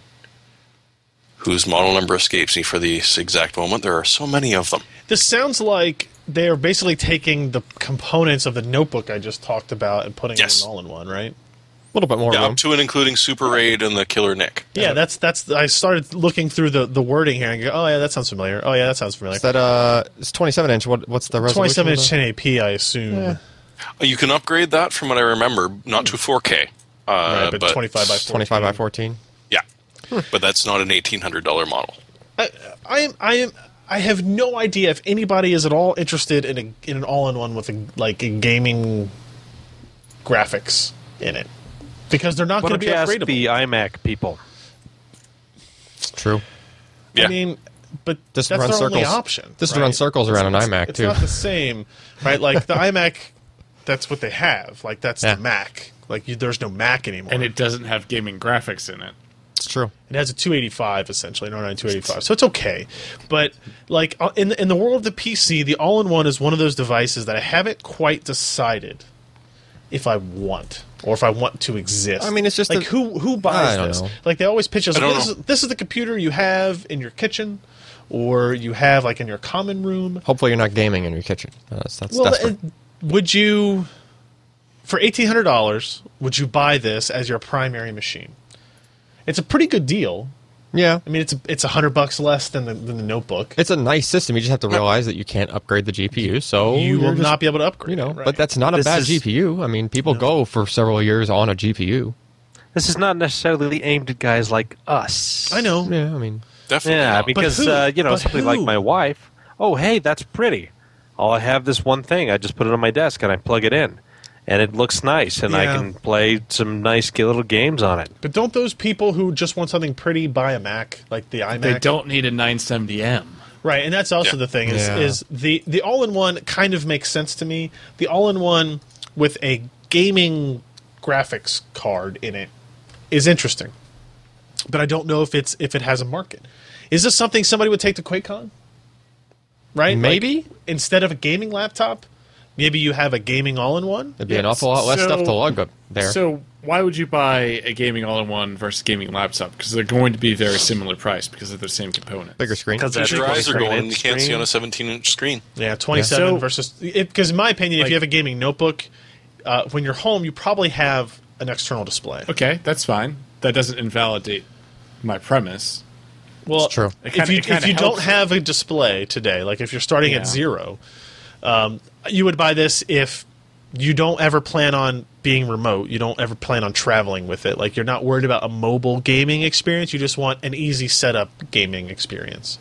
whose model number escapes me for this exact moment? There are so many of them.
This sounds like they are basically taking the components of the notebook I just talked about and putting
Yes.
it in all in one, right?
A little bit more
Yeah,
room.
up to and including Super Raid and the Killer Nick.
Yeah, that's that's. I started looking through the, the wording here and go, oh yeah, that sounds familiar. Oh yeah, that sounds familiar.
Is that uh, it's twenty seven inch. What what's the resolution?
27
of
inch
the-
1080p, I assume.
You can upgrade that from what I remember, not to four K, uh,
Right,
but,
but 25 by 40.
Twenty five by fourteen.
Yeah, but that's not an eighteen hundred dollar model.
I, I am. I am. I have no idea if anybody is at all interested in a in an all in one with a, like a gaming graphics in it because they're not
Why
going to
don't
be
you ask
upgradable.
the iMac people?
It's true.
Yeah,
I mean, but
This
that's
runs
their only
circles.
option.
This runs circles
It's-
around an
it's-
iMac,
it's
too.
not the same, right? Like the iMac, that's what they have. Like that's
Yeah.
the Mac. Like you, there's no Mac anymore,
And it doesn't have gaming graphics in it.
It's true.
It has a 285 essentially, an R9 285, so it's okay. But like uh, in in the world of the PC, the all-in-one is one of those devices that I haven't quite decided if I want or if I want to exist.
I mean, it's just
like
a-
who who buys
I don't
this?
know.
Like they always pitch us,
I don't
this, is,
know.
this is the computer you have in your kitchen, or you have like in your common room.
Hopefully, you're not gaming in your kitchen. That's that's,
Well,
desperate.
uh, would you for eighteen hundred dollars? Would you buy this as your primary machine? It's a pretty good deal.
yeah.
I mean, it's it's a hundred bucks less than the than the notebook.
It's a nice system. You just have to realize that you can't upgrade the GPU, so
you
you're
will
just-
not be able to upgrade.
You know,
it, right.
but that's not a
This
bad
is-
GPU. I mean, people go for several years on a GPU.
This is not necessarily aimed at guys like us.
I know.
Yeah, I mean,
definitely.
Yeah,
not.
because
who?
uh, you know
But
somebody like
who?
my wife. Oh, hey, that's pretty. All I have this one thing. I just put it on my desk and I plug it in, and it looks nice, and I
Yeah.
can play some nice little games on it.
But don't those people who just want something pretty buy a Mac like the iMac?
They don't need a 970M.
Right, and that's also
Yeah.
the thing is
Yeah.
is the the all in one kind of makes sense to me. The all in one with a gaming graphics card in it is interesting, but I don't know if it's if it has a market. Is this something somebody would take to QuakeCon? Right, Like,
Maybe?
instead of a gaming laptop, maybe you have a gaming all in one.
It'd be an awful lot less
So-
stuff to lug up there.
So why would you buy a gaming all-in-one versus gaming laptop? Because they're going to be very similar price because of their same components.
Bigger screen.
Because
The
that's
drives are
23
going. You
inch
can't see
screen.
on a 17-inch screen.
Yeah, 27
So-
versus. Because, in my opinion, if
Like-
you have a gaming notebook, uh, when you're home, you probably have an external display.
Okay, that's fine. That doesn't invalidate my premise.
Well,
It's true.
It
if
kinda-
you,
it kinda
if you don't
helps.
have a display today, like if you're starting
Yeah.
at zero, um, you would buy this if you don't ever plan on being remote. You don't ever plan on traveling with it. Like you're not worried about a mobile gaming experience. You just want an easy setup gaming experience.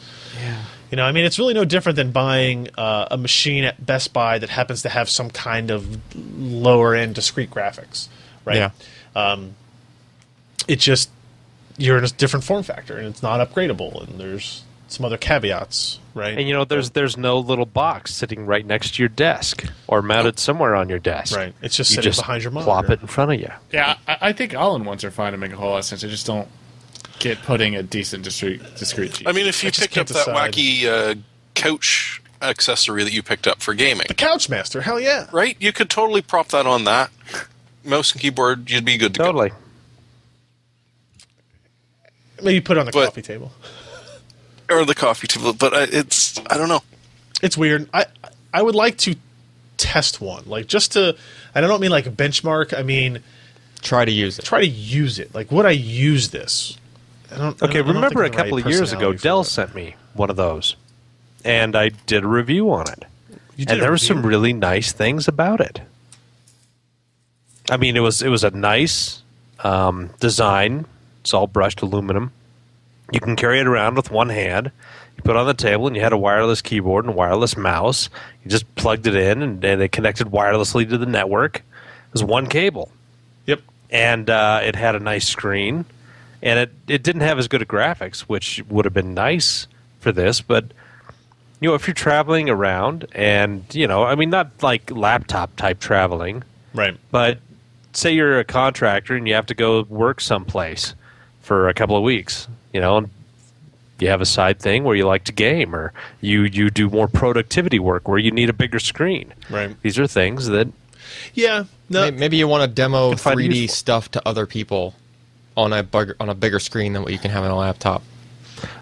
You know, I mean, it's really no different than buying uh, a machine at Best Buy that happens to have some kind of lower end discrete graphics, right?
Yeah.
It just you're in a different form factor, and it's not upgradable, and there's some other caveats, right?
And you know, there's there's no little box sitting right next to your desk or mounted somewhere on your desk.
Right. It's just
You
sitting
just
behind your
Plop
monitor.
it in front of you.
Yeah, I, I think all-in-ones are fine to make a whole lot of sense. I just don't get putting a decent discrete discrete. Cheat.
I mean, if you
just
picked up
can't
that wacky uh, couch accessory that you picked up for gaming,
Couch Master, hell yeah!
right? You could totally prop that on that mouse and keyboard. You'd be good to
Totally.
Maybe put it on the
But-
coffee table.
go, or the coffee table. But I, it's I don't know.
It's weird. I I would like to test one, like just to. and I don't mean like a benchmark. I mean
Try to use it.
try to use it. Like, would I use this? I don't. I don't-
Okay,
I don't
remember
think I'm
a
the
couple
right
of years ago,
personality for
Dell
it.
sent me one of those, and I did a review on it.
You did a
and there were some
review?
really nice things about it. I mean, it was it was a nice um, design. It's all brushed aluminum. You can carry it around with one hand. You put it on the table, and you had a wireless keyboard and wireless mouse. You just plugged it in, and, and it connected wirelessly to the network. It was one cable
Yep.
and uh, it had a nice screen, and it, it didn't have as good a graphics, which would have been nice for this. But you know, if you're traveling around, and you know, I mean, not like laptop type traveling,
Right.
but say you're a contractor and you have to go work someplace for a couple of weeks, you know, and you have a side thing where you like to game or you you do more productivity work where you need a bigger screen.
Right.
These are things that
Yeah. No.
May- Maybe you want to demo
Could find it
3D
useful.
stuff to other people on a bugger, on a bigger screen than what you can have on a laptop.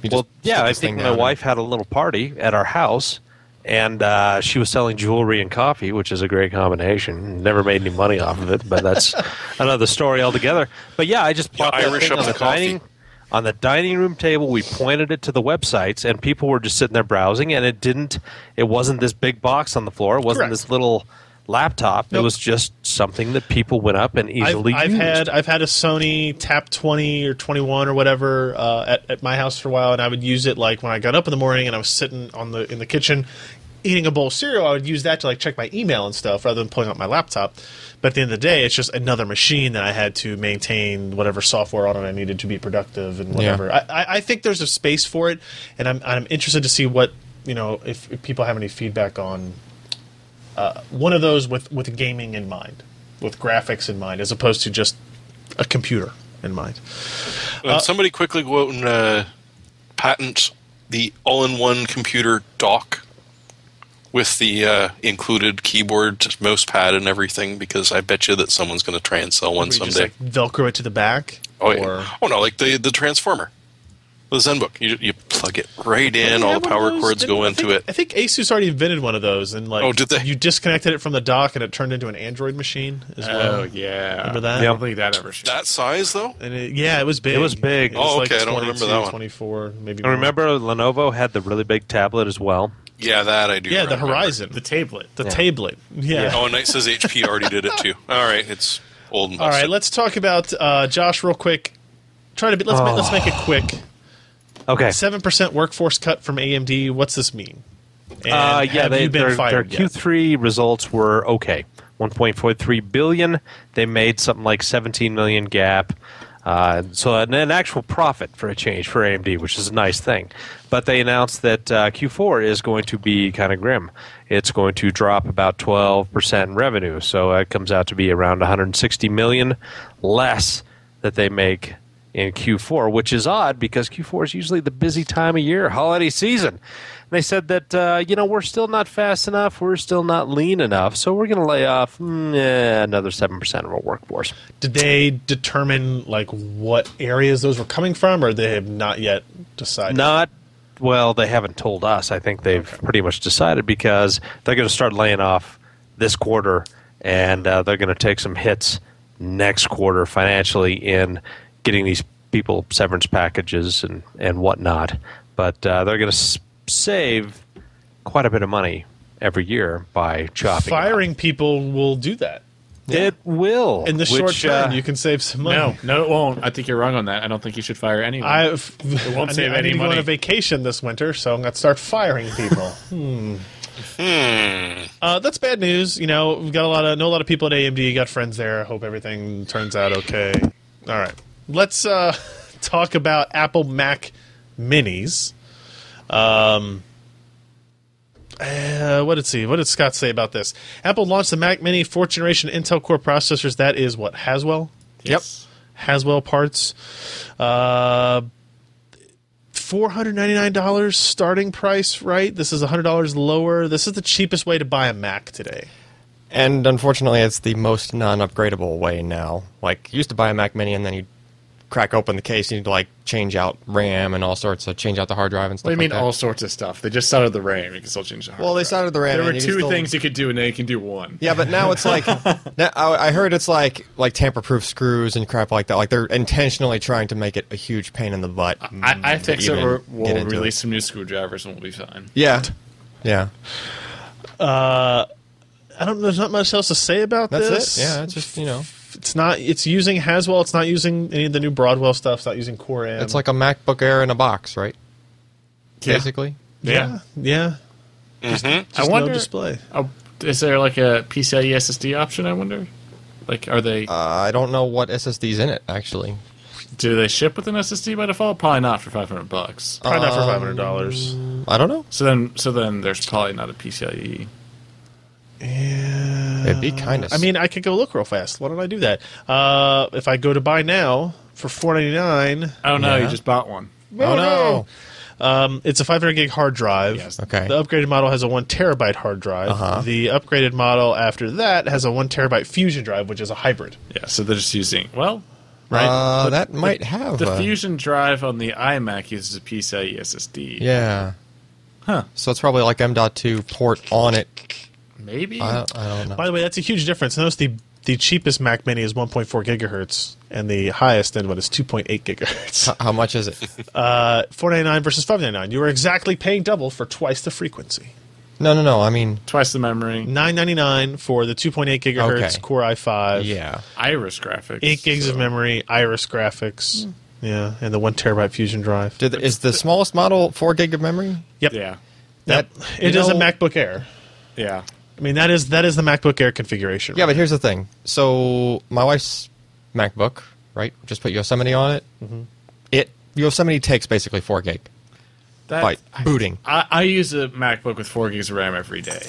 You
Well,
just
yeah,
stick
I
this thing
think my
down and-
wife had a little party at our house, and uh, she was selling jewelry and coffee, which is a great combination. Never made any money off of it, but that's another story altogether. But yeah, I just plopped that
Irish
thing
up
on
the
the dining
coffee.
on the dining room table. We pointed it to the websites, and people were just sitting there browsing, and it didn't. It wasn't this big box on the floor. It wasn't
Correct.
this little laptop. It
Nope.
was just something that people went up and
I've,
easily
I've
used.
had I've had a Sony Tap 20 or 21 or whatever uh, at, at my house for a while, and I would use it like when I got up in the morning and I was sitting on the in the kitchen eating a bowl of cereal. I would use that to like check my email and stuff rather than pulling out my laptop. But at the end of the day, it's just another machine that I had to maintain whatever software on it I needed to be productive and whatever. I, I, I think there's a space for it, and I'm I'm interested to see what you know if, if people have any feedback on one of those with with gaming in mind, with graphics in mind, as opposed to just a computer in mind.
Uh, somebody quickly go out and uh, patent the all-in-one computer dock with the uh, included keyboard, mouse pad, and everything, because I bet you that someone's going to try and sell one
Where you
someday.
just like Velcro it to the back.
oh, yeah.
or-
oh no, like the the transformer, the ZenBook. You you plug it right in,
Didn't
all
have
the
one of
power
those?
cords
Didn't-
go
I
into
think- I
it.
think Asus already invented one of those, and like
Oh, did they?
you disconnected it from the dock, and it turned into an Android machine as well.
oh yeah,
Remember that?
I don't think that ever. Showed.
That size though.
And it, yeah, it was big.
It was big.
Oh, okay, I don't remember that one.
24, maybe.
I
more.
remember Lenovo had the really big tablet as well.
Yeah, that I do.
Yeah, the
remember.
Horizon,
the
the,
tablet.
the tablet. yeah.
Oh, and Knight says HP already did it too. All right, it's old. And
All right,
busted.
let's talk about uh, Josh real quick. Try to be, let's ma- let's make it quick.
Okay.
Seven percent workforce cut from AMD. What's this mean? And
Uh, yeah,
have
they,
you been
their,
fired
their
yet?
Q3 results were okay. 1.43 billion. They made something like 17 million gap. Uh, so an, an actual profit for a change for AMD, which is a nice thing. But they announced that uh, Q4 is going to be kind of grim. It's going to drop about 12% in revenue, so it comes out to be around 160 million less that they make in Q4, which is odd because Q4 is usually the busy time of year, holiday season. And they said that, uh, you know, we're still not fast enough, we're still not lean enough, so we're going to lay off mm, eh, another 7% of our workforce.
Did they determine like what areas those were coming from, or they have not yet decided?
Not, well, they haven't told us. I think they've pretty much decided because they're going to start laying off this quarter and uh, they're going to take some hits next quarter financially in getting these people severance packages and, and whatnot. But uh, they're going to s- save quite a bit of money every year by chopping. it up.
Firing people will do that
It will.
in the
which,
short term.
uh,
you can save some money.
No, no, it won't. I think you're wrong on that. I don't think you should fire anyone.
I
won't
I
save
need, I
any
need to go on
money.
a vacation this winter, so I'm going to start firing people. hmm.
Hmm.
Uh, that's bad news. You know, we've got a lot of know a lot of people at AMD. Got friends there. I hope everything turns out okay. All right, let's uh, talk about Apple Mac Minis. Um, Uh, what did see? What did Scott say about this? Apple launched the Mac Mini fourth generation Intel Core processors. That is what Haswell. Haswell parts. Uh, $499 starting price, right? This is $100 lower. This is the cheapest way to buy a Mac today.
And unfortunately, it's the most non-upgradable way now. Like, you used to buy a Mac Mini, and then you crack open the case, and you'd like change out RAM and all sorts of change out the hard drive and stuff.
What do you mean
like that.
all sorts of stuff? They just started the RAM. You can still change the hard
Well, they
drive.
started the RAM.
There
and
were
you
two
can still-
things you could do, and now you can do one.
Yeah, but now it's like now, I I heard it's like like tamper-proof screws and crap like that. Like they're intentionally trying to make it a huge pain in the butt.
I, I think so.
even
We're,
Mm, get
we'll
into it.
release some new screwdrivers, and we'll be fine.
Yeah, yeah.
I don't there's not much else to say about
That's
this.
it. Yeah, it's just you know,
It's not it's using Haswell, it's not using any of the new Broadwell stuff, it's not using Core M.
it's like a MacBook Air in a box, right?
Yeah.
Basically.
yeah, yeah. Just, just
Mm-hmm. I wonder.
no display.
uh, is there like a PCIe SSD option? I wonder. Like, are they?
Uh, I don't know what SSD's in it actually.
do they ship with an SSD by default? Probably not for five hundred bucks.
Uh,
Probably not for five hundred dollars.
I don't know.
So then, so then, there's probably not a PCIe.
It'd be kind of.
I mean, I could go look real fast. Why don't I do that? Uh, if I go to buy now for four ninety nine,
Oh no, you just bought one.
oh no.
Um, it's a 500 gig hard drive.
Yes.
Okay. Uh-huh.
The upgraded model has a one terabyte hard drive. The upgraded model after that has a one terabyte fusion drive, which is a hybrid.
Yeah. So they're just using well, right?
Uh,
The-
that
the-
might have.
The
a-
Fusion drive on the iMac uses a PCIe SSD.
Yeah.
Huh.
So it's probably like M.2 port on it.
Maybe.
I don't, I don't know.
By the way, that's a huge difference. Notice the the cheapest Mac Mini is 1.4 gigahertz, and the highest end one is 2.8 gigahertz.
How much is it?
Uh, 499 versus 599. You are exactly paying double for twice the frequency.
No, no, no. I mean,
Twice the memory.
999 for the 2.8 gigahertz
Okay.
Core i5.
yeah.
Iris graphics.
Eight gigs of
so-
memory, Iris graphics. Yeah, and the one terabyte fusion drive.
Did, is the smallest model four gig of memory?
Yep.
Yeah.
That,
That-
it
you
is a
know-
MacBook Air.
Yeah.
I mean that is that is the MacBook Air configuration.
Yeah, but here's the thing. So my wife's MacBook, right? Just put Yosemite on it.
Mm-hmm.
It Yosemite takes basically four gig
That,
by booting.
I, I use a MacBook with four gigs of RAM every day.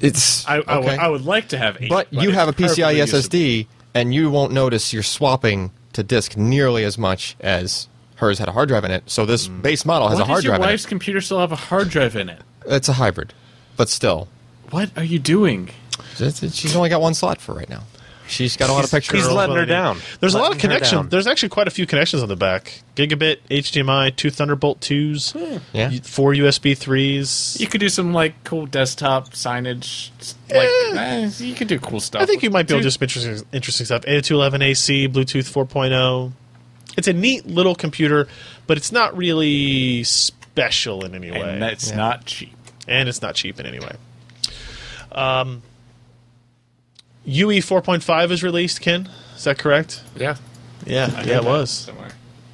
It's
I, I, would,
okay.
I would like to have eight.
but you
it's
have a
perfectly
PCI
usable.
SSD, and you won't notice you're swapping to disk nearly as much as hers had a hard drive in it. So this base model has
Why
a hard
Mm. does your
drive.
wife's computer still have a hard drive in it?
in it. It's a hybrid, but still,
What are you doing?
It's- it's- she's only got one slot for right now. She's got a lot of pictures.
He's letting her down.
There's a lot of
Letting her
connections.
down.
There's actually quite a few connections on the back. Gigabit, HDMI, two Thunderbolt twos,
Hmm.
Yeah.
y- four USB threes.
You could do some like cool desktop signage. s- Like eh, you could do cool stuff.
I think you might be able to do
Dude,
some interesting, interesting stuff. 8211 AC, Bluetooth 4.0. It's a neat little computer, but it's not really special in any way,
And that's
Yeah.
not cheap.
And it's not cheap in any way. Um, UE 4.5 is released. Ken, is that correct?
Yeah.
Yeah, yeah, it was.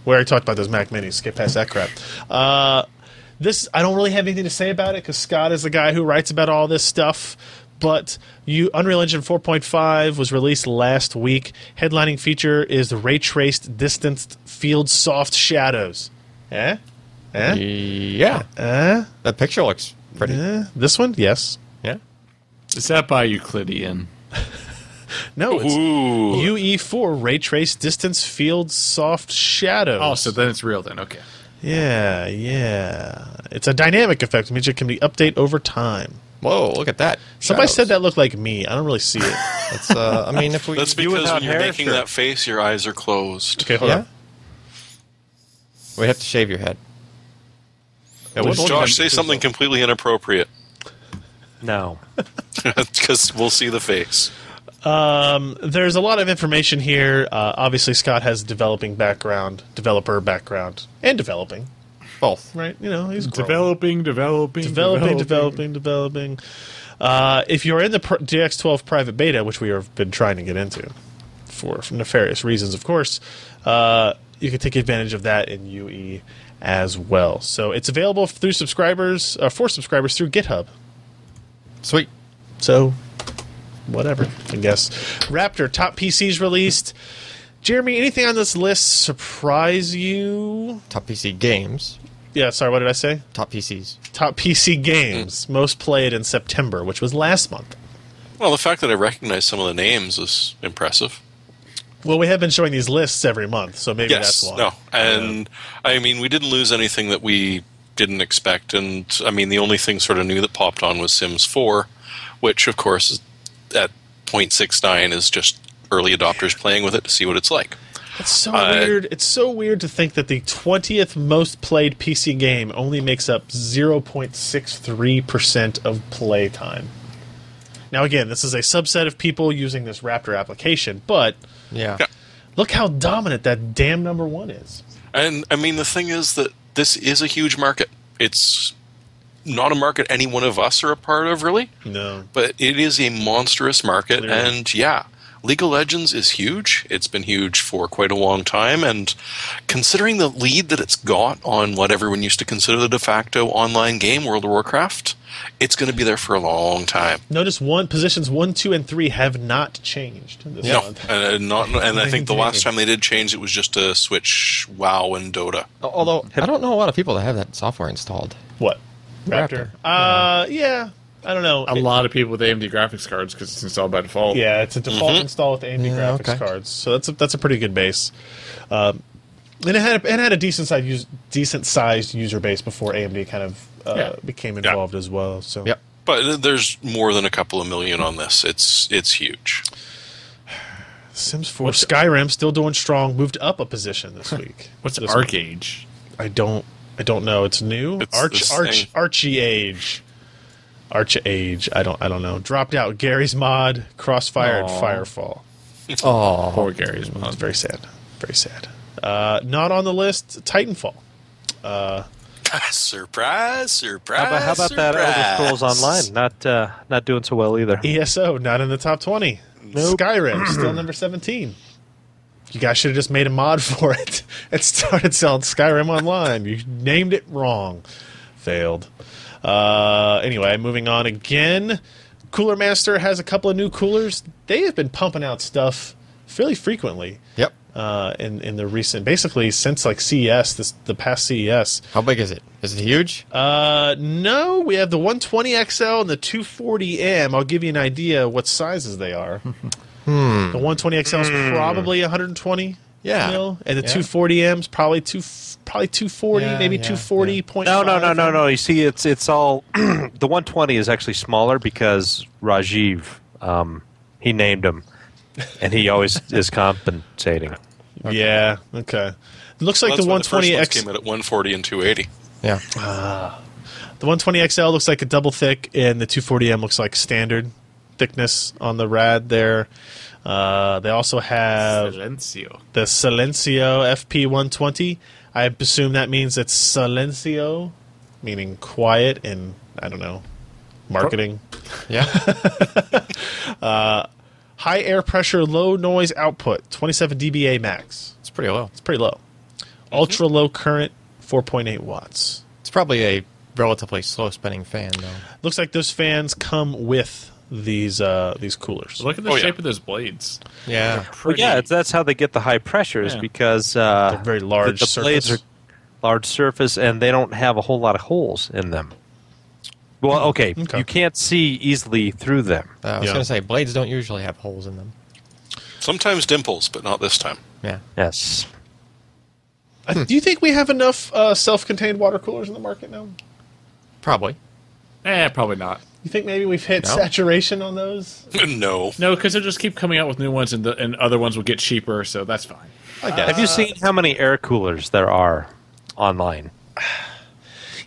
We already talked about those Mac Minis. Skip past that crap. Uh, this I don't really have anything to say about it because Scott is the guy who writes about all this stuff. but you Unreal Engine 4.5 was released last week. Headlining feature is the ray traced distanced field soft shadows. Eh? Eh?
Yeah.
Eh?
That picture looks pretty.
Eh? This one? Yes.
Yeah.
Is that by Euclidean?
No, it's
Ooh.
UE4 ray traced distance field soft shadows.
Oh, so then it's real then. Okay.
Yeah, yeah. It's a dynamic effect, which means it can be update over time.
Whoa, look at that.
Somebody
Shadows.
said that looked like me. I don't really see it.
That's, uh, I mean, if we.
That's
You
because
without
when you're
hair,
making
sure.
that face, your eyes are closed.
Okay, hold
yeah.
on.
We have to shave your head. Yeah, what-
Josh, say something completely inappropriate
No.
because we'll see the face.
There's a lot of information here. Uh, obviously, Scott has developing background, developer background, and developing.
Both.
Right? You know, he's growing.
Developing, developing,
developing, developing, developing. Uh, if you're in the pr- DX12 private beta, which we have been trying to get into for nefarious reasons, of course, uh, you can take advantage of that in UE as well. So it's available through subscribers, uh, for subscribers through GitHub.
Sweet.
So, whatever, I guess. Raptor, top PCs released. Jeremy, anything on this list surprise you?
Top PC games.
Yeah, sorry, what did I say?
Top PCs.
Top PC games,
Hmm.
most played in September, which was last month.
Well, the fact that I recognize some of the names is impressive.
Well, we have been showing these lists every month, so maybe
Yes,
that's why.
no, and I mean we didn't lose anything that we didn't expect, and I mean the only thing sort of new that popped on was Sims Four, which of course is at 0.69 is just early adopters playing with it to see what it's like.
It's so
Uh,
weird. It's so weird to think that the 20th most played PC game only makes up 0.63% of playtime. Now, again, this is a subset of people using this Raptor application, but
Yeah.
Yeah.
look how dominant that damn number one is.
And I mean, the thing is that this is a huge market. It's not a market any one of us are a part of,
Hmm.
really,
No.
but it is a monstrous market.
Clearly.
And yeah, League of Legends is huge. It's been huge for quite a long time. And considering the lead that it's got on what everyone used to consider the de facto online game, World of Warcraft, it's going to be there for a long time.
Notice one positions one, two, and three have not changed this
No,
month.
uh, not, and I think the last time they did change, it was just to switch WoW and Dota.
Oh.
Al- Although, I don't know a lot of people that have that software installed.
What? Raptor.
Raptor.
Uh, yeah. I don't know.
A lot of people with AMD graphics cards because it's installed by default.
Yeah, it's a default install with AMD
Yeah,
graphics
okay.
cards, so that's a, that's a pretty good base. Um, and it had a, it had a decent sized us- decent sized user base before AMD kind of uh,
Yeah.
became involved as well. So
Yep.
But there's more than a couple of million on this. It's it's huge.
Sims 4, Skyrim still doing strong, moved up a position this week.
What's
this
Arcage?
I don't I don't know. It's new.
It's
Arch
this
Arch
thing.
Archie Age. Arch Age. I don't I don't know. Dropped out Gary's mod, Crossfire
Aw.
and Firefall.
Oh,
Poor Gary's mom.
It's very sad. Very sad. Uh, not on the list, Titanfall.
surprise! Surprise!
How about, how about that Elder Scrolls Online? Not uh, not doing so well either.
ESO E not in the top twenty. Skyrim still number seventeen. You guys should have just made a mod for it and started selling Skyrim online. You named it wrong. Failed. Uh, anyway, moving on again. Cooler Master has a couple of new coolers. They have been pumping out stuff fairly frequently
yep.
uh, in in the recent, basically since like CES, this the past E CES.
How big is it? Is it huge?
Uh, no, we have the 120 XL and the 240M. I'll give you an idea what sizes they are. Hmm. The 120 XL is probably 120.
Yeah.
mil, and the
Yeah.
240M is probably two, probably 240,
Yeah,
maybe
yeah,
240.5.
No, no, no, no, no. You see, it's it's all the 120 is actually smaller because Rajiv, um, he named him, and he always is compensating.
Yeah. Okay. It looks like
That's
the
when the first
120
ones
X,
came in at 140 and 280.
Yeah.
the 120 XL looks like a double thick, and the 240M looks like standard thickness on the rad there. Uh, they also have
Silencio.
the Silencio FP120. I assume that means it's Silencio, meaning quiet in, I don't know, marketing.
Yeah.
High air pressure, low noise output, 27 dBA max.
It's pretty low.
It's pretty low. Ultra low current, 4.8 watts.
It's probably a relatively slow spinning fan, though.
Looks like those fans come with these uh, these coolers.
Look at the
Oh, yeah.
shape of those blades.
Yeah.
Well, yeah, it's, that's how they get the high pressures
Yeah.
because uh,
They're very large
The, the blades are
surface.
large surface and they don't have a whole lot of holes in them. Well, okay,
Mm-hmm. Okay.
you can't see easily through them.
Uh, I was
Yeah.
gonna say blades don't usually have holes in them.
Sometimes dimples, but not this time.
Yeah.
Yes,
Uh, Do you think we have enough uh, self-contained water coolers in the market now?
Probably.
eh, probably not.
You think maybe we've hit
No.
saturation on those?
no.
No, because they'll just keep coming out with new ones, and the, and other ones will get cheaper, so that's fine.
I guess.
Have you seen how many air coolers there are online?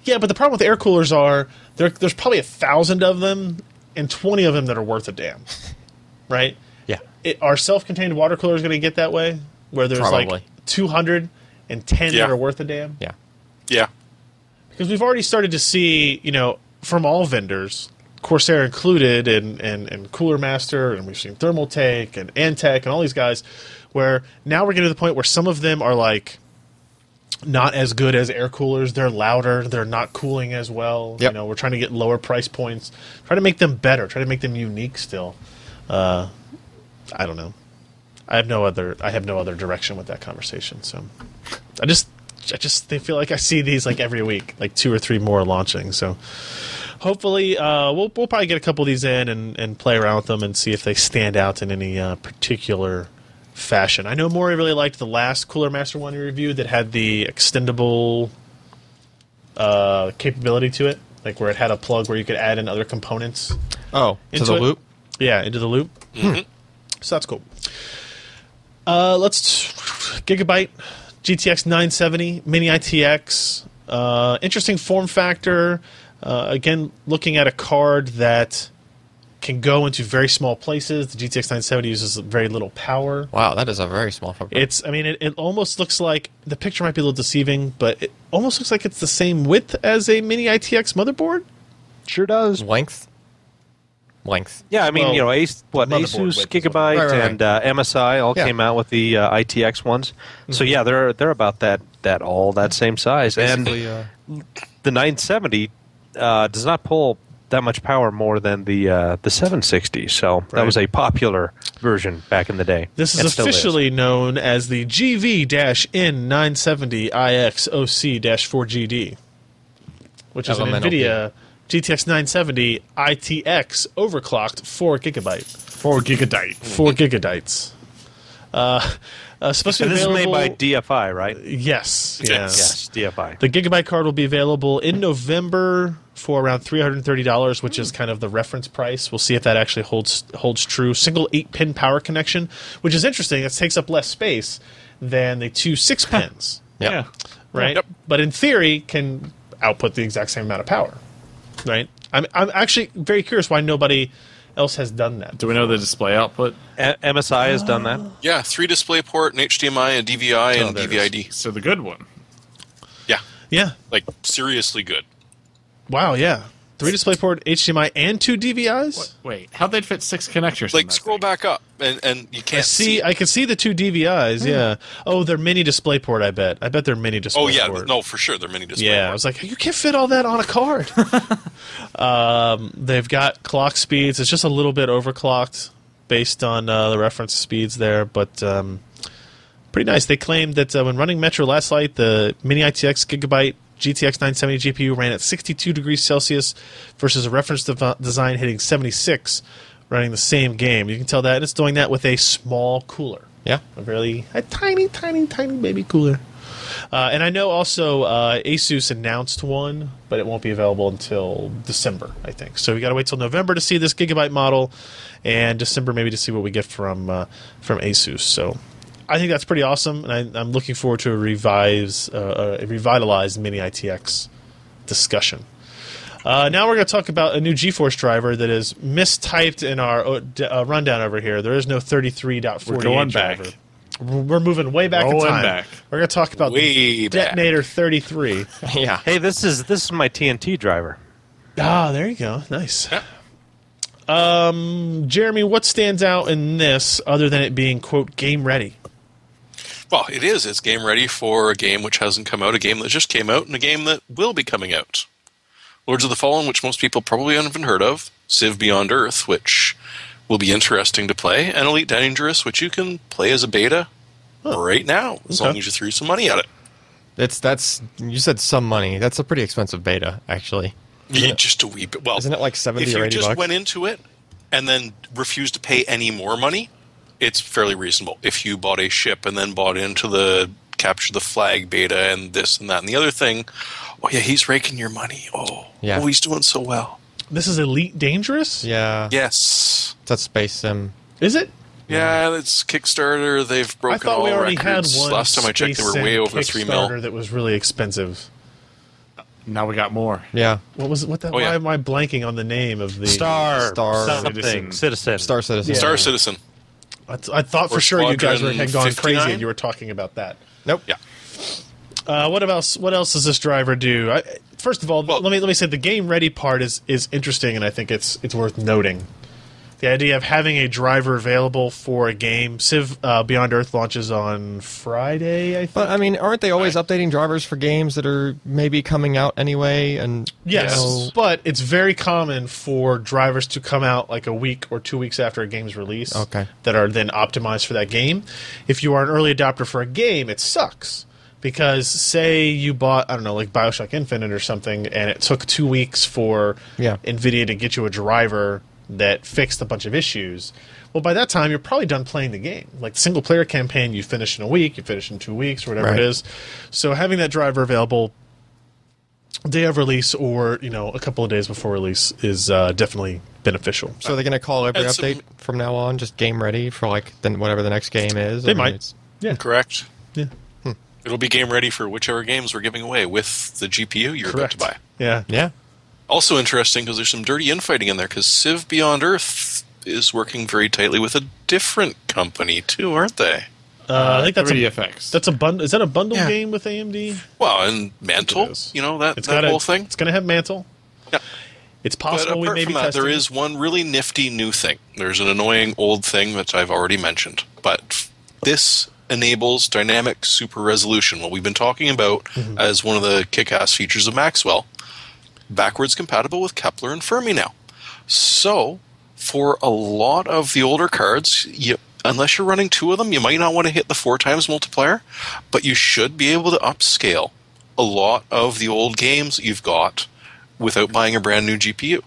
Yeah, but the problem with air coolers are there, there's probably a thousand of them and twenty of them that are worth a damn, right?
yeah.
It, are self-contained water coolers going to get that way, where there's like
Probably.
two hundred and ten
Yeah.
that are worth a damn?
Yeah.
Yeah.
because we've already started to see, you know, from all vendors, Corsair included, and and and Cooler Master, and we've seen Thermaltake and Antec and all these guys, where now we're getting to the point where some of them are like not as good as air coolers. They're louder. They're not cooling as well.
Yep.
You know, we're trying to get lower price points. Try to make them better. Try to make them unique. Still, uh, I don't know. I have no other. I have no other direction with that conversation. So, I just, I just, they feel like I see these like every week, like two or three more launching. So, hopefully, uh, we'll we'll probably get a couple of these in and and play around with them and see if they stand out in any uh, particular fashion. I know Maury really liked the last Cooler Master one he reviewed that had the extendable uh, capability to it, like where it had a plug where you could add in other components.
Oh,
Into
to the
it?
loop. Hmm.
Yeah, into the loop. Hmm. So that's cool. Uh, let's Gigabyte GTX 970 Mini ITX. Uh, interesting form factor. Uh, again, looking at a card that can go into very small places. The GTX 970 uses very little power.
Wow, that is a very small footprint.
It's. I mean, it, it almost looks like the picture might be a little deceiving, but it almost looks like it's the same width as a Mini ITX motherboard.
Sure does.
length. Length.
Yeah, I mean,
Well,
you know, Ace, what
motherboard
ASUS,
width is what- Right,
Gigabyte,
right, right.
and uh, MSI all
Yeah. Mm-hmm.
came out with the uh, ITX ones. So yeah, they're they're about that that all that same size.
Basically,
and
uh,
the 970 uh, does not pull that much power more than the uh, the 760. So
Right.
that was a popular version back in the day.
This
And
is
still
officially known as the GV-N970IXOC-4GD, which is an
Elemental
NVIDIA GTX 970 ITX overclocked 4 gigabyte.
Four gigabyte.
4 gigabytes. Uh, uh, supposed to
And
be
this is made
available...
by DFI, right?
yes. Yeah.
Yes, DFI.
The Gigabyte card will be available in November for around three hundred and thirty dollars, which is kind of the reference price. We'll see if that actually holds holds true. Single eight pin power connection, which is interesting. It takes up less space than the two six pins,
yeah.
right?
Yep.
But in theory, can output the exact same amount of power, right? I'm I'm actually very curious why nobody else has done that.
Do we know the display output?
A- MSI has done that.
Yeah, three display port, an HDMI, a DVI,
Oh,
and
Oh, there it
DVID.
So the good one.
Yeah.
Yeah.
Like, seriously good.
Wow. Yeah. Three DisplayPort, HDMI, and two DVIs.
Wait, how'd they fit six connectors? in
Like,
that
scroll
thing?
back up, and, and you can't
I see.
it.
I can see the two DVIs. Yeah. Oh, they're mini display port. I bet. I bet they're mini display.
Hmm. Oh, yeah.
port.
No, for sure. They're mini display
Yeah, I
ports.
was like, you can't fit all that on a card. um, they've got clock speeds. It's just a little bit overclocked based on uh, the reference speeds there, but um, pretty nice. They claimed that uh, when running Metro last night, the Mini ITX Gigabyte GTX 970 GPU ran at 62 degrees Celsius versus a reference dev- design hitting 76 running the same game. You can tell that, and it's doing that with a small cooler
Yeah.
a really a tiny, tiny, tiny baby cooler. Uh, and I know also uh, ASUS announced one, but it won't be available until December, I think. So we got to wait till November to see this gigabyte model, and December maybe to see what we get from uh, from ASUS. So I think that's pretty awesome, and I, I'm looking forward to a revise uh, a revitalized mini ITX discussion. Uh, now we're going to talk about a new GeForce driver that is mistyped in our uh, d- uh, rundown over here. There is no 33.48
We're going back.
driver. We're we're moving way back in
Rolling
time.
back.
We're going to talk about
Way back.
Detonator 33.
Yeah.
Hey, this is this is my TNT driver.
ah, there you go. Nice. Um, Jeremy, what stands out in this other than it being quote game ready?
Well, it is. It's game ready for a game which hasn't come out, a game that just came out, and a game that will be coming out. Lords of the Fallen, which most people probably haven't even heard of, Civ Beyond Earth, which will be interesting to play, and Elite Dangerous, which you can play as a beta right now, as
Okay.
long as you threw some money at it.
It's that's you said some money. That's a pretty expensive beta, actually.
You just a wee bit. Well,
Isn't it like 70
if you
or 80
just
bucks?
went into it and then refused to pay any more money, it's fairly reasonable. If you bought a ship and then bought into the capture the flag beta and this and that and the other thing, oh yeah, he's raking your money. Oh,
Yeah.
oh, he's doing so well.
This is Elite Dangerous?
Yeah,
Yes.
That's space sim.
Is it?
Yeah, it's Kickstarter. They've broken
I thought
all
we already
records.
had one.
Last time I checked, they
Space
were way
Sim
over three mil.
Kickstarter That was really expensive.
Now we got more.
Yeah,
What was what that?
Oh, yeah.
Why am I blanking on the name of the
Star,
Star
something,
Citizen.
citizen.
Star Citizen.
Yeah.
Star Citizen.
I, th- I thought for
Or
sure you guys were,
Squadron
had gone crazy
59?
and you were talking about that.
Nope.
Yeah.
Uh, what else? What else does this driver do? I, first of all,
Well-
let me let me say the game ready part is is interesting, and I think it's it's worth noting. The idea of having a driver available for a game. Civ uh, Beyond Earth launches on Friday, I think.
But I mean, aren't they always updating drivers for games that are maybe coming out anyway? And
Yes,
you know,
but it's very common for drivers to come out like a week or two weeks after a game's release
Okay.
that are then optimized for that game. If you are an early adopter for a game, it sucks because say you bought I don't know like BioShock Infinite or something and it took 2 weeks for
Yeah.
Nvidia to get you a driver that fixed a bunch of issues. Well, by that time you're probably done playing the game. Like the single player campaign you finish in a week, you finish in 2 weeks or whatever
Right.
it is. So having that driver available day of release or you know a couple of days before release is uh, definitely beneficial.
so they're gonna call every
That's a-
update from now on just game ready for like then whatever the next game is.
They
I mean,
might.
it's-
Yeah,
Correct.
yeah,
Hmm.
It'll be game ready for whichever games we're giving away with the GPU you're
correct.
about to buy.
Yeah,
Yeah.
Also interesting because there's some dirty infighting in there because Civ Beyond Earth is working very tightly with a different company too, aren't they?
uh, I think that's a,
3DFX.
that's a bundle. Is that a bundle
Yeah.
game with AMD?
Well, and
It
Mantle,
is.
you know that,
It's
that
got
whole thing.
It's gonna have mantle.
Yeah.
It's
But
possible we
apart
may
from
be
that,
testing.
there is one really nifty new thing. There's an annoying old thing that I've already mentioned, but this enables dynamic super resolution, what we've been talking about
Mm-hmm.
as one of the kick-ass features of Maxwell. Backwards compatible with Kepler and Fermi now. So, for a lot of the older cards, you, unless you're running two of them, you might not want to hit the four times multiplier, but you should be able to upscale a lot of the old games that you've got without buying a brand new GPU.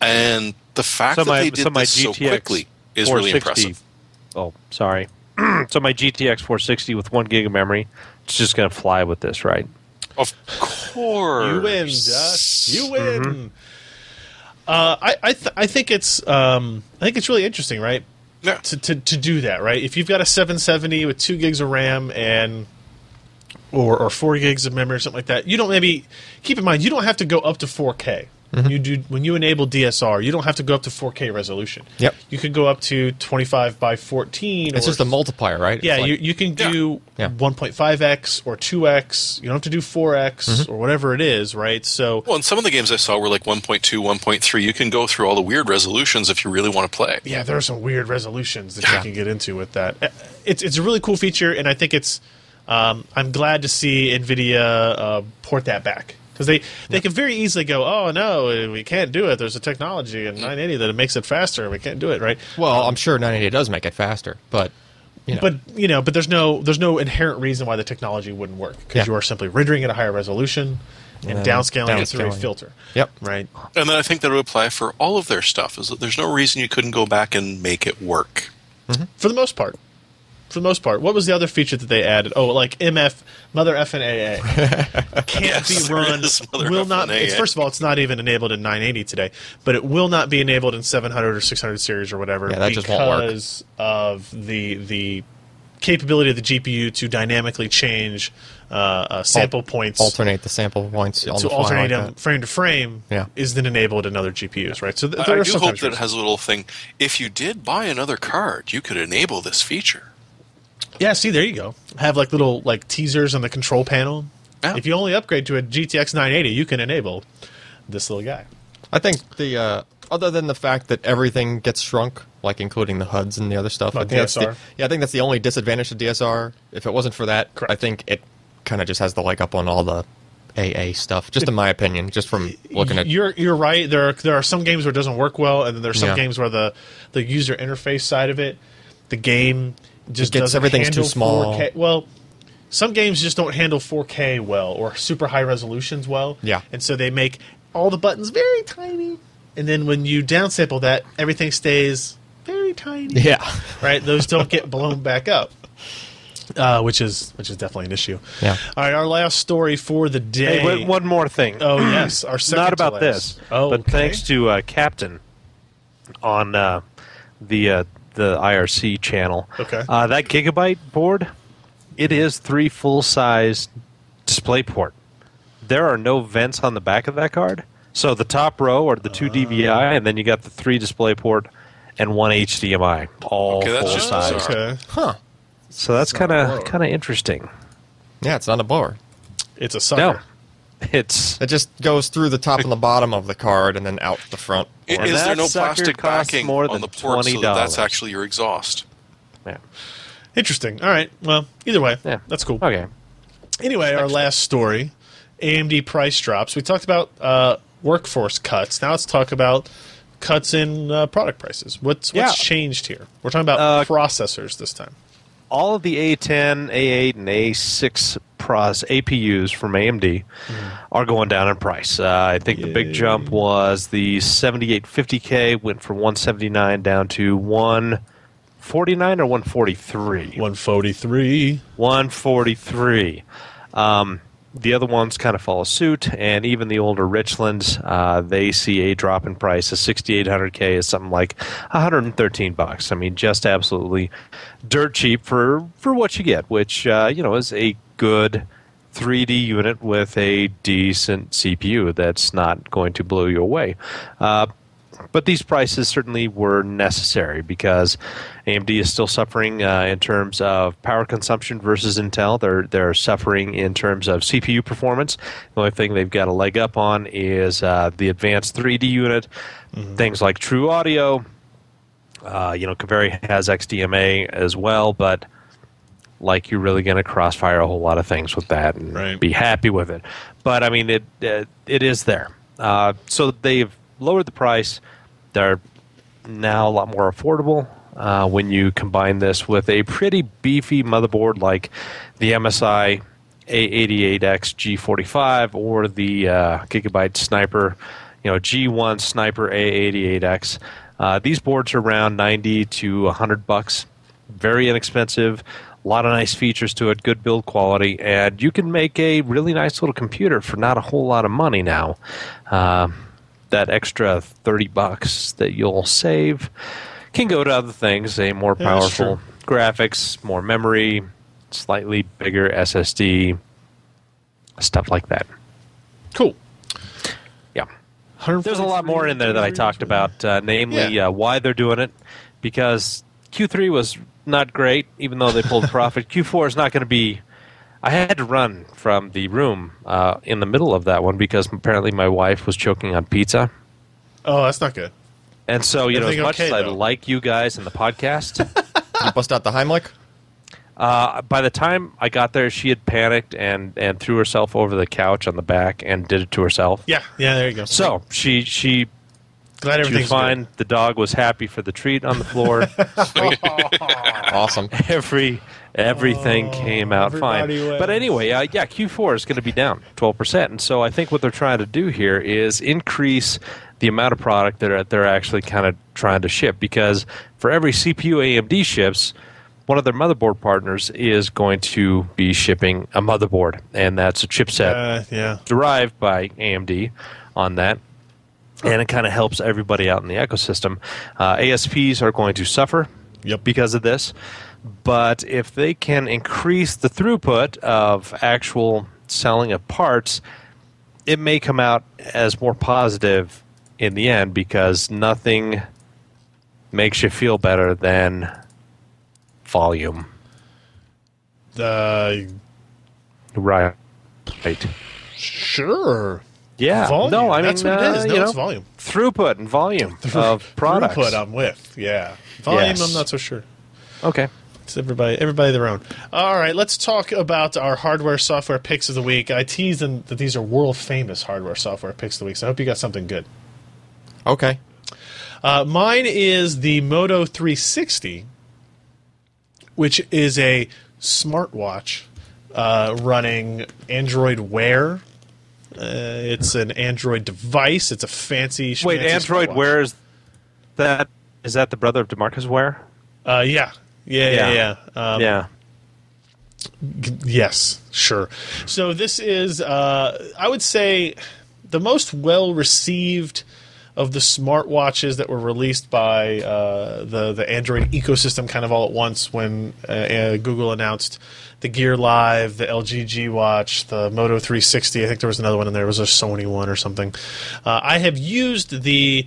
And the fact
So
that
my,
they did
so my
this so
GTX
quickly is really
460
impressive.
Oh, sorry. so my GTX 460 with one gig of memory, it's just going to fly with this, right?
Of course.
You win, Josh. You win.
Mm-hmm.
Uh, I I, th- I think it's um, I think it's really interesting, right?
Yeah.
To, to to do that, right? If you've got a 770 with two gigs of RAM and or or four gigs of memory or something like that, you don't maybe keep in mind you don't have to go up to 4K.
Mm-hmm.
You do when you enable DSR, you don't have to go up to 4K resolution.
Yep.
You could go up to 25 by 14.
It's
or
just a multiplier, right? It's
yeah,
like-
you, you can
Yeah.
do
Yeah.
1.5x or 2x. You don't have to do 4x
Mm-hmm.
or whatever it is, right? So,
Well, and some of the games I saw were like 1.2, 1.3. You can go through all the weird resolutions if you really want to play.
yeah, there are some weird resolutions that you can get into with that. Uh, It's, it's a really cool feature, and I think it's. Um, I'm glad to see NVIDIA uh, port that back. Because they, they can very easily go, oh, no, we can't do it. There's a technology in 980 that it makes it faster, and we can't do it, right?
Mm-hmm. Well, I'm sure 980 does make it faster, but you know,
but you know, but there's no there's no inherent reason why the technology wouldn't work because
Yeah.
you are simply rendering at a higher resolution and
And then
downscaling, it through a
downscaling.
filter.
Yep.
Right.
And then I think that would apply for all of their stuff. Is that there's no reason you couldn't go back and make it work.
For the most part. For the most part. What was the other feature that they added? Oh, like MF Mother FNAA. Can't
Yes,
be
there
run.
is Mother
Will not
FNAA.
it's first of all, it's not even enabled in nine eighty today, but it will not be enabled in seven hundred or six hundred series or whatever
Yeah, that
because
just won't work.
of the the capability of the GPU to dynamically change uh, uh, sample points
alternate the sample points on
to
the fly like
alternate
that.
them frame to frame
Yeah.
is then enabled in other GPUs, right? So th-
I-
there
I
are
do hope
sometimes
that it
reasons.
has a little thing. If you did buy another card, you could enable this feature.
yeah. See, there you go. Have like little like teasers on the control panel.
Yeah.
If you only upgrade to a GTX 980, you can enable this little guy.
I think the uh, other than the fact that everything gets shrunk, like including the HUDs and the other stuff.
Like
I think that's
DSR.
the- yeah, I think that's the only disadvantage of DSR. If it wasn't for that,
Correct.
I think it kind of just has the leg up on all the AA stuff. Just in my opinion, just from looking at
you're you're right. There are, there are some games where it doesn't work well, and then there's some
Yeah.
games where the the user interface side of it, the game just
It gets-
doesn't
everything's too
handle
small.
4K. Well, some games just don't handle 4K well or super high resolutions well.
Yeah.
and so they make all the buttons very tiny, and then when you downsample that, everything stays very tiny.
yeah,
right. Those don't get blown back up. Uh, which is which is definitely an issue.
Yeah.
All right, our last story for the day.
Hey, wait, one more thing.
Oh yes, our second
Not
to
about
last.
this.
Oh,
but
okay.
thanks to uh, Captain on uh, the uh, the IRC channel.
Okay.
Uh, that gigabyte board, it is three full size display port. There are no vents on the back of that card. So the top row are the two
Uh.
DVI, and then you got the three display port and one HDMI, all
Okay, that's
full
just
size.
bizarre.
okay.
huh?
So that's kind
blower.
of kind of interesting.
Yeah, it's not a blower.
It's a
No,
sucker.
it's
It just goes through the top and the bottom of the card and then out the front.
I-
And
Is there
that
no
sucker
plastic
costs
backing
more
on
than
the port so that
$20?
that's actually your exhaust?
yeah.
Interesting. All right. Well, either way,
Yeah.
that's cool.
okay.
Anyway, our last story AMD price drops. We talked about uh, workforce cuts. Now let's talk about cuts in uh, product prices. What's, what's
Yeah.
changed here? We're talking about
Uh,
processors this time.
all of the A10, A8, and A6 pros APUs from AMD are going down in price. Uh, I think the big jump was the 7850K went from 179 down to 149 or 143.
143.
143. Um, the other ones kind of follow suit, and even the older Richlands, uh, they see a drop in price. A 6800K is something like 113 bucks. I mean, just absolutely dirt cheap for for what you get, which uh, you know is a good 3D unit with a decent CPU that's not going to blow you away. Uh, but these prices certainly were necessary because AMD is still suffering uh, in terms of power consumption versus Intel. They're they're suffering in terms of CPU performance. The only thing they've got a leg up on is uh, the advanced 3D unit, things like True Audio. Uh, you know, Kaveri has XDMA as well, but like you're really going to crossfire a whole lot of things with that and
Right.
be happy with it. But I mean, it uh, it is there. Uh, so they've lowered the price. They're now a lot more affordable. Uh, when you combine this with a pretty beefy motherboard like the MSI A88X G45 or the uh, Gigabyte Sniper, you know G1 Sniper A88X, uh, these boards are around 90 to 100 bucks very inexpensive a lot of nice features to it good build quality and you can make a really nice little computer for not a whole lot of money now Um that extra 30 bucks that you'll save can go to other things a more
Yeah, that's
powerful graphics more memory slightly bigger ssd stuff like that
Cool.
yeah there's a lot more in there that I talked about, uh, namely
Yeah.
uh, why they're doing it, because Q3 was not great, even though they pulled a profit. Q4 is not going to be. I had to run from the room uh, in the middle of that one because apparently my wife was choking on pizza.
Oh, that's not good.
And so, you know, as
Everything
much
okay,
as I
though?
like you guys and the podcast,
You bust out the Heimlich.
uh, by the time I got there, she had panicked and, and threw herself over the couch on the back and did it to herself.
Yeah. Yeah, there you go.
So she she
glad
she was
everything's
fine. The dog was happy for the treat on the floor.
Awesome.
every everything came out fine.
everybody wins.
But anyway, uh, yeah, Q4 is going to be down 12%. And so I think what they're trying to do here is increase the amount of product that are, they're actually kind of trying to ship because for every CPU AMD ships, one of their motherboard partners is going to be shipping a motherboard, and that's a chipset
good. Uh, yeah.
derived by AMD on that. And it kind of helps everybody out in the ecosystem. Uh, ASPs are going to suffer
Yep.
because of this. But if they can increase the throughput of actual selling of parts, it may come out as more positive in the end because nothing makes you feel better than volume.
Uh,
Right. Right.
sure.
Yeah.
Volume.
No, I mean,
that's what it
uh,
is.
you
No, it's
know,
volume.
throughput and volume of products.
Throughput I'm with. Yeah. Volume
Yes.
I'm not so sure.
Okay.
It's everybody, everybody their own. All right, let's talk about our hardware software picks of the week. I tease them that these are world famous hardware software picks of the week. So I hope you got something good.
Okay.
Uh, mine is the Moto 360, which is a smartwatch uh, running Android Wear. Uh, it's an Android device. It's a fancy.
Wait,
schmancy
Android
smartwatch.
Wear is that is that the brother of Demarcus Ware?
Uh, yeah, yeah, yeah, yeah.
Yeah.
Um,
yeah.
Yes, sure. So this is, uh, I would say, the most well received of the smartwatches that were released by uh, the the Android ecosystem, kind of all at once when uh, uh, Google announced the Gear Live, the LG G Watch, the Moto 360. I think there was another one in there. It was a Sony one or something. Uh, I have used the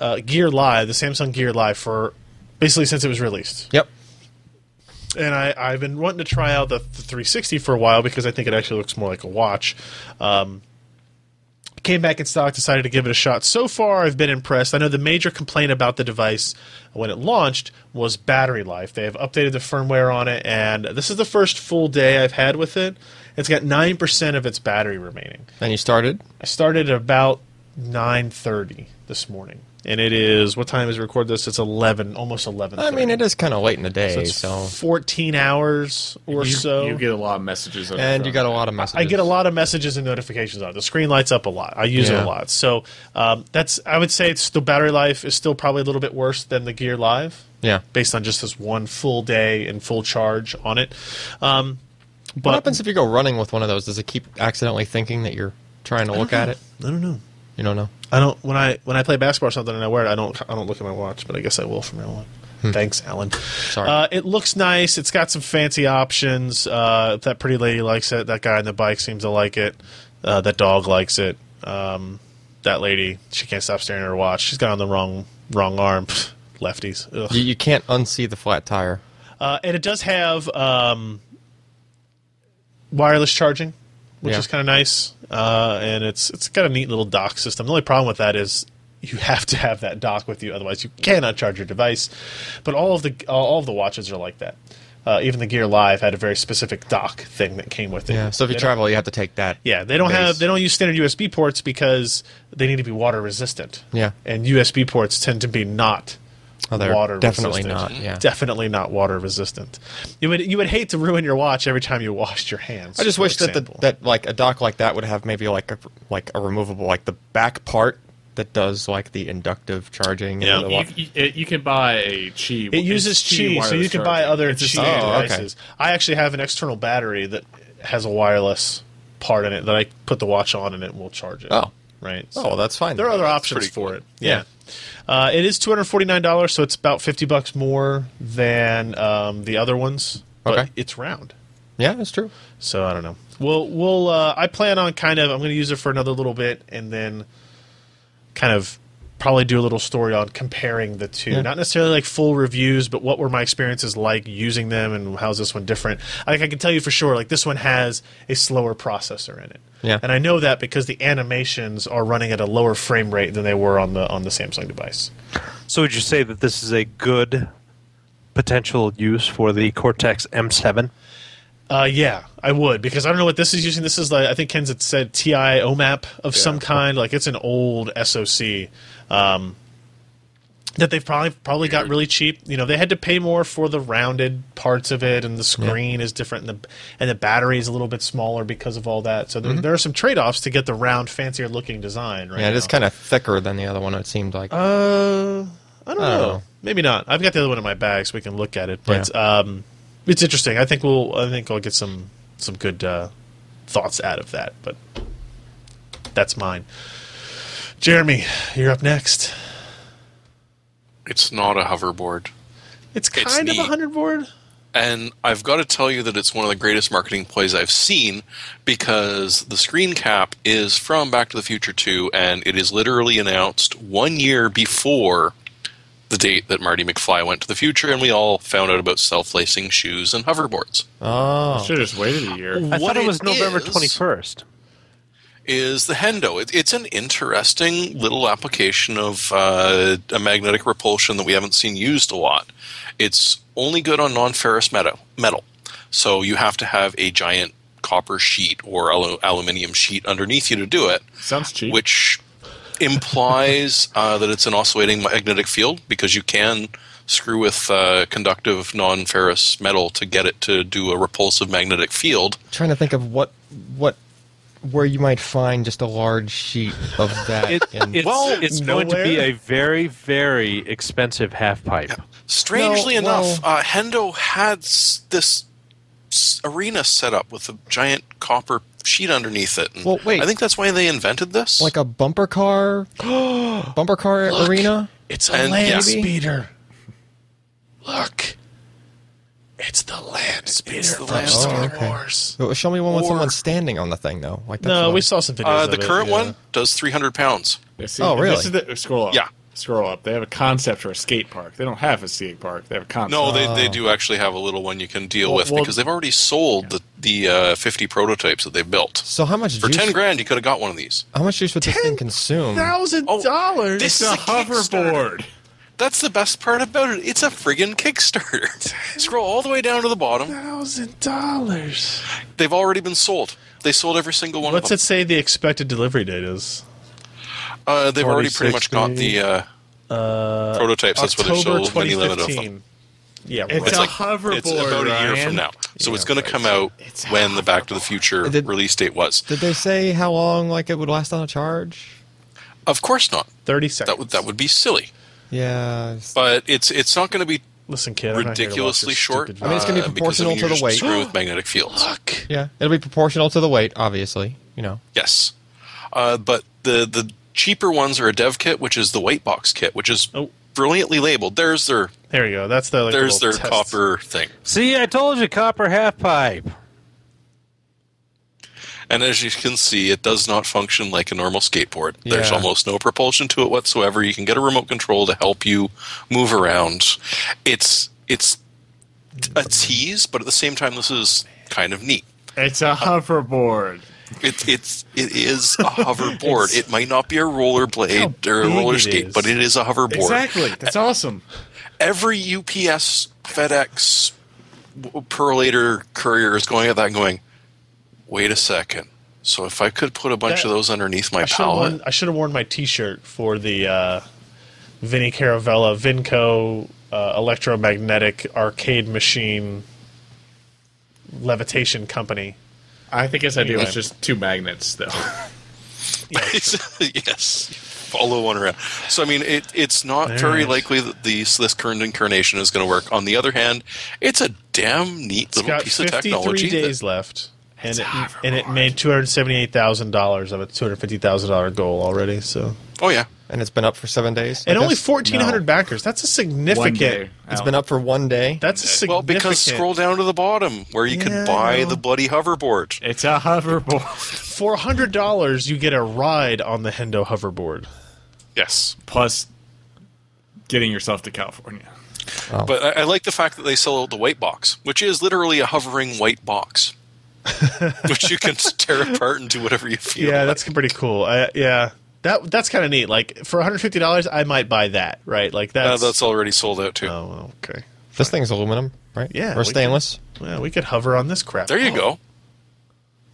uh, Gear Live, the Samsung Gear Live, for basically since it was released
Yep.
and I, I've been wanting to try out the, the 360 for a while because I think it actually looks more like a watch. Um, came back in stock, decided to give it a shot. So far, I've been impressed. I know the major complaint about the device when it launched was battery life. They have updated the firmware on it, and this is the first full day I've had with it. It's got 9% of its battery remaining.
Then you started.
I started at about 9.30 this morning. And it is, what time is it record this? It's 11, almost 11.
I mean, it is kind of late in the day,
it's
so,
14 hours or
you,
so.
you get a lot of uh, messages. On your
and you
phone.
got a lot of messages.
I get a lot of messages and notifications on it. The screen lights up a lot. I use it a
Yeah.
lot. So um, that's I would say it's the battery life is still probably a little bit worse than the Gear Live,
Yeah.
based on just this one full day and full charge on it. Um,
What
but
happens if you go running with one of those? Does it keep accidentally thinking that you're trying to look at it?
I don't know.
You don't know.
I don't when I when I play basketball or something and I wear it. I don't I don't look at my watch, but I guess I will from now on. Thanks, Alan.
Sorry.
Uh, it looks nice. It's got some fancy options. Uh, that pretty lady likes it. That guy on the bike seems to like it. Uh, that dog likes it. Um, that lady, she can't stop staring at her watch. She's got on the wrong wrong arm. Lefties. Ugh.
You, you can't unsee the flat tire.
Uh, and it does have um, wireless charging, which
Yeah.
is kind of nice. Uh, and it's it's got a neat little dock system. The only problem with that is you have to have that dock with you, otherwise you cannot charge your device. But all of the all of the watches are like that. Uh, even the Gear Live had a very specific dock thing that came with it.
Yeah. So if you
They don't-
travel, you have to take that.
yeah, they don't
base.
have they don't use standard USB ports because they need to be water resistant.
Yeah.
and USB ports tend to be not
Oh, they're
water
definitely
resistant.
not. Yeah.
definitely not water resistant. You would you would hate to ruin your watch every time you washed your hands.
I just
for
wish that the,
example.
that like a dock like that would have maybe like a like a removable like the back part that does like the inductive charging.
Yeah.
And the,
You, you, it- you can buy a chi.
it uses Qi, so you can buy other Qi
Oh, okay.
devices. I actually have an external battery that has a wireless part in it that I put the watch on and it will charge it.
Oh.
right.
oh, well, that's fine.
there are other options
pretty
for
cool.
it. Yeah. Uh, it is two hundred forty nine dollars, so it's about fifty bucks more than um, the other ones. But
Okay.
it's round.
yeah, that's true.
So I don't know. We'll we'll uh, I plan on kind of I'm going to use it for another little bit and then kind of probably do a little story on comparing the two. Not necessarily like full reviews, but what were my experiences like using them and how's this one different? I think I can tell you for sure like this one has a slower processor in it.
Yeah.
And I know that because the animations are running at a lower frame rate than they were on the on the Samsung device.
So would you say that this is a good potential use for the Cortex M7?
Uh, yeah, I would because I don't know what this is using. This is like I think Ken had said TI OMAP of some kind. Like it's an old SoC um, that they've probably probably got
Mm-hmm.
really cheap. You know, they had to pay more for the rounded parts of it, and the screen is different, and the and the battery is a little bit smaller because of all that. So there, there are some trade offs to get the round, fancier looking design. Right?
Mm-hmm. Yeah, it
now.
is kind of thicker than the other one. It seemed like.
Uh, I don't,
I don't
know.
know.
Maybe not. I've got the other one in my bag, so we can look at it. But um, it's interesting. I think we'll. I think I'll get some some good uh, thoughts out of that. But that's mine. Jeremy, you're up next.
It's not a hoverboard.
It's kind
It's
of
neat.
a hundred board.
And I've got to tell you that it's one of the greatest marketing plays I've seen because the screen cap is from Back to the Future 2, and it is literally announced one year before the date that Marty McFly went to the future, and we all found out about self lacing shoes and hoverboards.
oh,
Should have just waited a year.
I
What
thought it was
it
November
is-
21st.
is the Hendo. It, it's an interesting little application of uh, a magnetic repulsion that we haven't seen used a lot. It's only good on non ferrous metal, metal. So you have to have a giant copper sheet or alu- aluminium sheet underneath you to do it,
Sounds cheap.
which implies uh, that it's an oscillating magnetic field because you can screw with uh, conductive non ferrous metal to get it to do a repulsive magnetic field.
trying to think of what what where you might find just a large sheet of that.
It,
in-
it's
Well,
it's going to be
nowhere.
a very, very expensive half pipe.
Strangely
No, well-
enough, uh, Hendo had s- this s- arena set up with a giant copper sheet underneath it. And
Well, wait.
I think that's why they invented this.
like a bumper car, bumper car arena.
It's a
And-
land
yeah.
speeder. Look. It's the land speeder
the
from
land
Star
speeder. Oh, okay.
Wars.
But Show me one with
Or-
someone standing on the thing though. Like that's
No,
what
we
I'm-
saw some videos.
uh, the
of it,
current
yeah.
one does 300 pounds.
Yeah, see,
Oh,
and
really?
This is the, scroll up.
Yeah.
Scroll up. They have a concept for a skate park. They don't have a skate park. They have a concept.
No, they,
Ah.
they do actually have a little one you can deal
Well-
with
well-
because they've already sold the, the uh, 50 prototypes that they built.
So how much
For
juice?
10 grand, you could have got one of these.
How much juice would this thing consume?
Thousand dollars.
this
Oh. It's a
It's a Kickstarter.
hoverboard.
That's the best part about it. It's a friggin' Kickstarter. Scroll all the way down to the bottom.
thousand dollars.
They've already been sold. They sold every single one
What's
of
it
them.
say the expected delivery date is?
Uh, they've already pretty
46
much got the uh, prototypes. That's where there's so
October
many
twenty
limited of them.
fifteen. Yeah,
It's
right.
a hoverboard.
oh It's about a year from
Ryan.
now. So it's going to come out when the Back to the Future
Did-
release date was.
Did they say how long like it would last on a charge?
Of course not.
thirty seconds.
That would that would be silly.
Yeah.
But it's it's not going to be
Listen, kid. I'm not here to watch your
ridiculously short.
stupid
I mean, it's gonna be
uh, because
proportional
if you
to the
just
weight.
Screw with magnetic fields.
Fuck.
Yeah, it'll be proportional to the weight, obviously. You know.
Yes, uh, but the the cheaper ones are a dev kit, which is the white box kit, which is
Oh.
brilliantly labeled. There's their
There you go. That's the like,
there's
little
their
test.
copper thing,
See, I told you, copper half pipe.
and as you can see, it does not function like a normal skateboard. There's
Yeah.
almost no propulsion to it whatsoever. You can get a remote control to help you move around. It's it's a tease, but at the same time, this is kind of neat.
It's a hoverboard.
It's it's it is a hoverboard. it might not be a rollerblade or a
big
roller
it
skate,
is.
but it is a hoverboard.
Exactly. That's awesome.
Every UPS, FedEx, w- Perlator courier is going at that and going, wait a second. So if I could put a bunch
That-
of those underneath my
I should have
pallet,
worn. I should have worn my T-shirt for the uh, Vinnie Caravella Vinco uh, electromagnetic arcade machine levitation company.
I think his idea
Anyway.
was just two magnets, though.
yes, follow one around. So I mean, it, it's not
There
very
it is.
likely that these, this current incarnation is going to work. On the other hand, it's a damn neat
It's
little
got
piece of
53
technology. that-
days left. And it, and it made two hundred seventy-eight thousand dollars of a two hundred fifty thousand dollar goal already. So
oh yeah,
And it's been up for seven days. I
and only
guess?
fourteen hundred
No.
backers. That's a
One
significant.
day.
It's
out.
been up for one day.
That's a significant.
Well, because scroll down to the bottom where you
Yeah, I
can buy
know.
the bloody hoverboard.
It's a hoverboard.
for hundred dollars, you get a ride on the Hendo hoverboard.
Yes.
Plus, getting yourself to California.
But I, I like the fact that they sell the white box, which is literally a hovering white box, which you can tear apart and do whatever you feel.
Yeah,
like.
that's pretty cool. I, yeah, that that's kind of neat. Like for one hundred fifty dollars, I might buy that. Right? Like
Uh,
that's.
that's already sold out too.
oh, well, okay.
this thing's aluminum, right?
Yeah,
Or
we
stainless.
Well, we could hover on this crap.
There you go.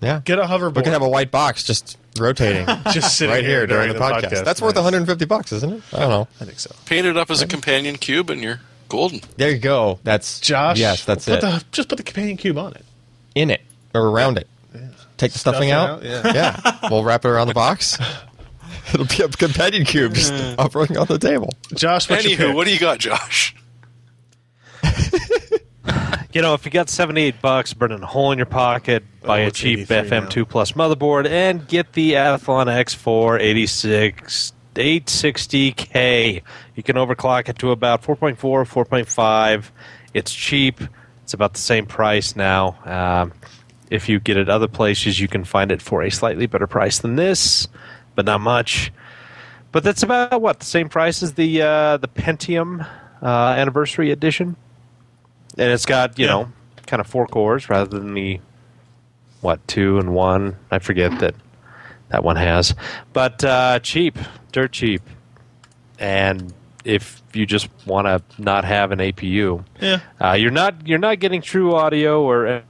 Yeah.
Get a hoverboard.
we can have a white box just rotating
just sitting
right here during the podcast. That's worth
Nice.
150 bucks, isn't it? I don't know.
I think so.
Paint it up as a companion cube, and you're golden.
There you go. That's
Josh,
Yes, that's
put
it.
The, just put the companion cube on it.
In it or around it. Take the stuffing, out.
it out,
Yeah. We'll wrap it around the box. It'll be a companion cube just operating on the table.
Josh, what's your
Anywho,
pick?
what do you got, Josh?
You know, if you got 78 bucks, burn a hole in your pocket, buy
Oh,
a
it's
cheap
83 now.
FM2 Plus motherboard, and get the Athlon X4 86 860K. You can overclock it to about 4.4, 4.5. It's cheap. It's about the same price now. Um, if you get it other places, you can find it for a slightly better price than this, but not much. But that's about what the same price as the uh, the Pentium uh, Anniversary Edition, and it's got you
Yeah.
know kind of four cores rather than the what two and one. I forget that that one has. But uh, cheap, dirt cheap. And if you just want to not have an APU,
Yeah.
uh, you're not you're not getting true audio or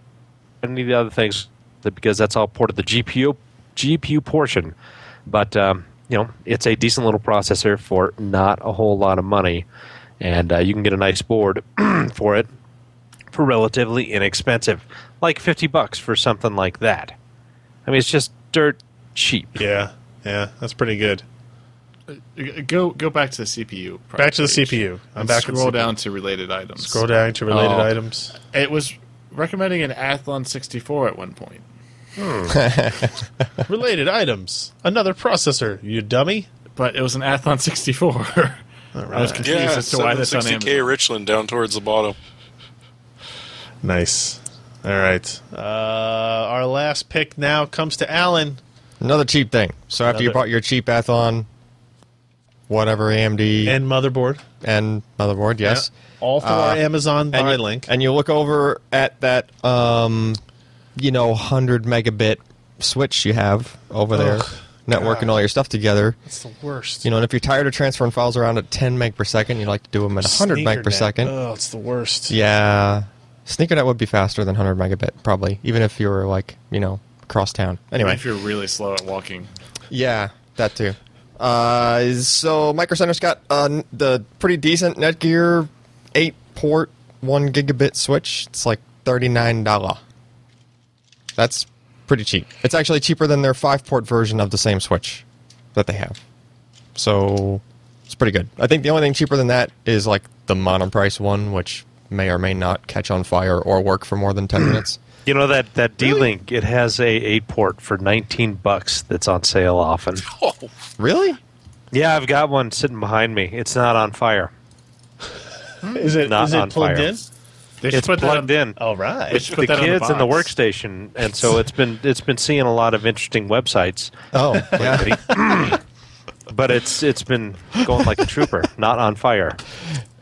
any of the other things that- because that's all ported the GPU GPU portion. But um, you know, it's a decent little processor for not a whole lot of money, and uh, you can get a nice board for it for relatively inexpensive, like fifty bucks for something like that. I mean, it's just dirt cheap.
Yeah. Yeah. That's pretty good.
Go go back to the CPU.
Back to the
page
CPU. I'm
and
back at
Scroll
CPU.
down to related items.
Scroll down to related
Oh.
items.
It was recommending an Athlon 64 at one point.
related items. Another processor. You dummy.
but it was an Athlon 64. I was confused
Yeah,
as to why that's on
760K
Amazon.
Richland down towards the bottom.
Nice. All right. Uh, our last pick now comes to Alan.
Another cheap thing. So after you
Another-
bought your cheap Athlon, whatever AMD and,
and motherboard.
motherboard, yes.
All through our Amazon buy
And, you,
link.
and you look over at that, um, you know, 100 megabit switch you have over there,
Ugh,
networking all your stuff together.
That's the worst.
You know, and if you're tired of transferring files around at 10 meg per second, you like to do them at 100 meg per
Sneakernet.
second.
Oh, it's the worst.
Yeah. SneakerNet would be faster than 100 megabit, probably, even if you were, like, you know, across town. Anyway.
If you're really slow at walking,
Yeah, that too. Uh, so Micro Center's got uh, n- the pretty decent Netgear eight port one gigabit switch. It's like thirty nine dollar. That's pretty cheap. It's actually cheaper than their five port version of the same switch that they have. So it's pretty good. I think the only thing cheaper than that is like the mono price one, which may or may not catch on fire or work for more than ten minutes.
You know that that D Link it has a eight port for nineteen bucks that's on sale often.
Oh,
Really?
Yeah, I've got one sitting behind me. It's not on fire.
Is it,
Not
is it
on
plugged
fire.
in?
they should
It's
put that
plugged
on,
in.
All right.
They should
the
put that on
kids in the
box.
workstation, and so it's been it's been seeing a lot of interesting websites,
Oh, yeah.
but it's it's been going like a trooper, not on fire.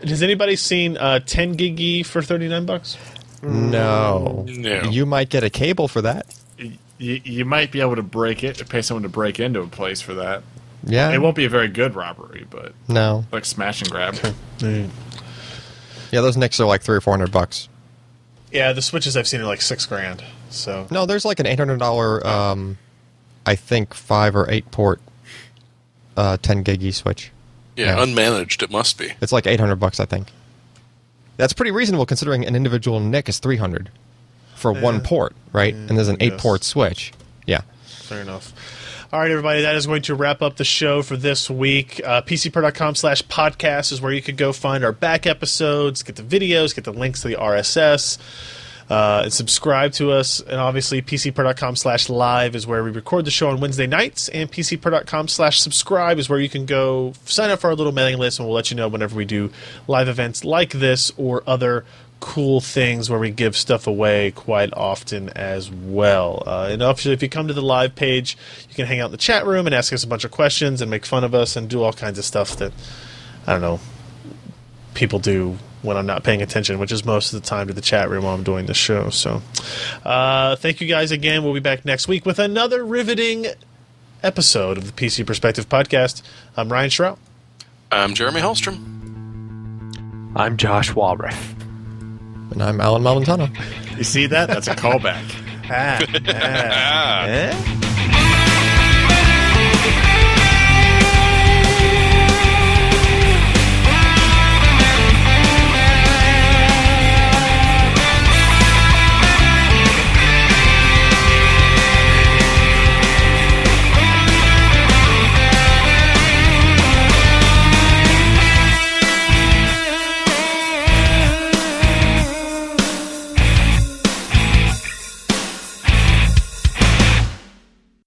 Has anybody seen uh, 10 gig E for 39 bucks?
No.
No.
You might get a cable for that.
You, you might be able to break it, pay someone to break into a place for that.
Yeah.
Um,
It won't be a very good robbery, but
No.
like smash and grab.
Yeah, those Knicks are like three or four hundred bucks.
Yeah, the switches I've seen are like six grand. So
No, there's like an eight hundred dollar, um, I think five or eight port, uh, ten gig E switch.
yeah,
Yeah.
unmanaged it must be.
It's like eight hundred bucks, I think. That's pretty reasonable considering an individual Nick is three hundred for one port, right? and there's an
I
eight
guess.
port switch. Yeah.
Fair enough. All right, everybody, that is going to wrap up the show for this week. Uh, PCPro.com slash podcast is where you could go find our back episodes, get the videos, get the links to the RSS, uh, and subscribe to us. And obviously, PCPro.com slash live is where we record the show on Wednesday nights. And PCPro.com slash subscribe is where you can go sign up for our little mailing list, and we'll let you know whenever we do live events like this or other cool things where we give stuff away quite often as well. Uh, and obviously, if you come to the live page, you can hang out in the chat room and ask us a bunch of questions and make fun of us and do all kinds of stuff that, I don't know, people do when I'm not paying attention, which is most of the time to the chat room while I'm doing the show. So, uh, thank you guys again. We'll be back next week with another riveting episode of the PC Perspective Podcast. I'm Ryan Schrout.
I'm Um, Jeremy Hellstrom.
I'm Josh Walraff.
And I'm Alan Malventano.
You see that? That's a callback.
Ah, ah, eh?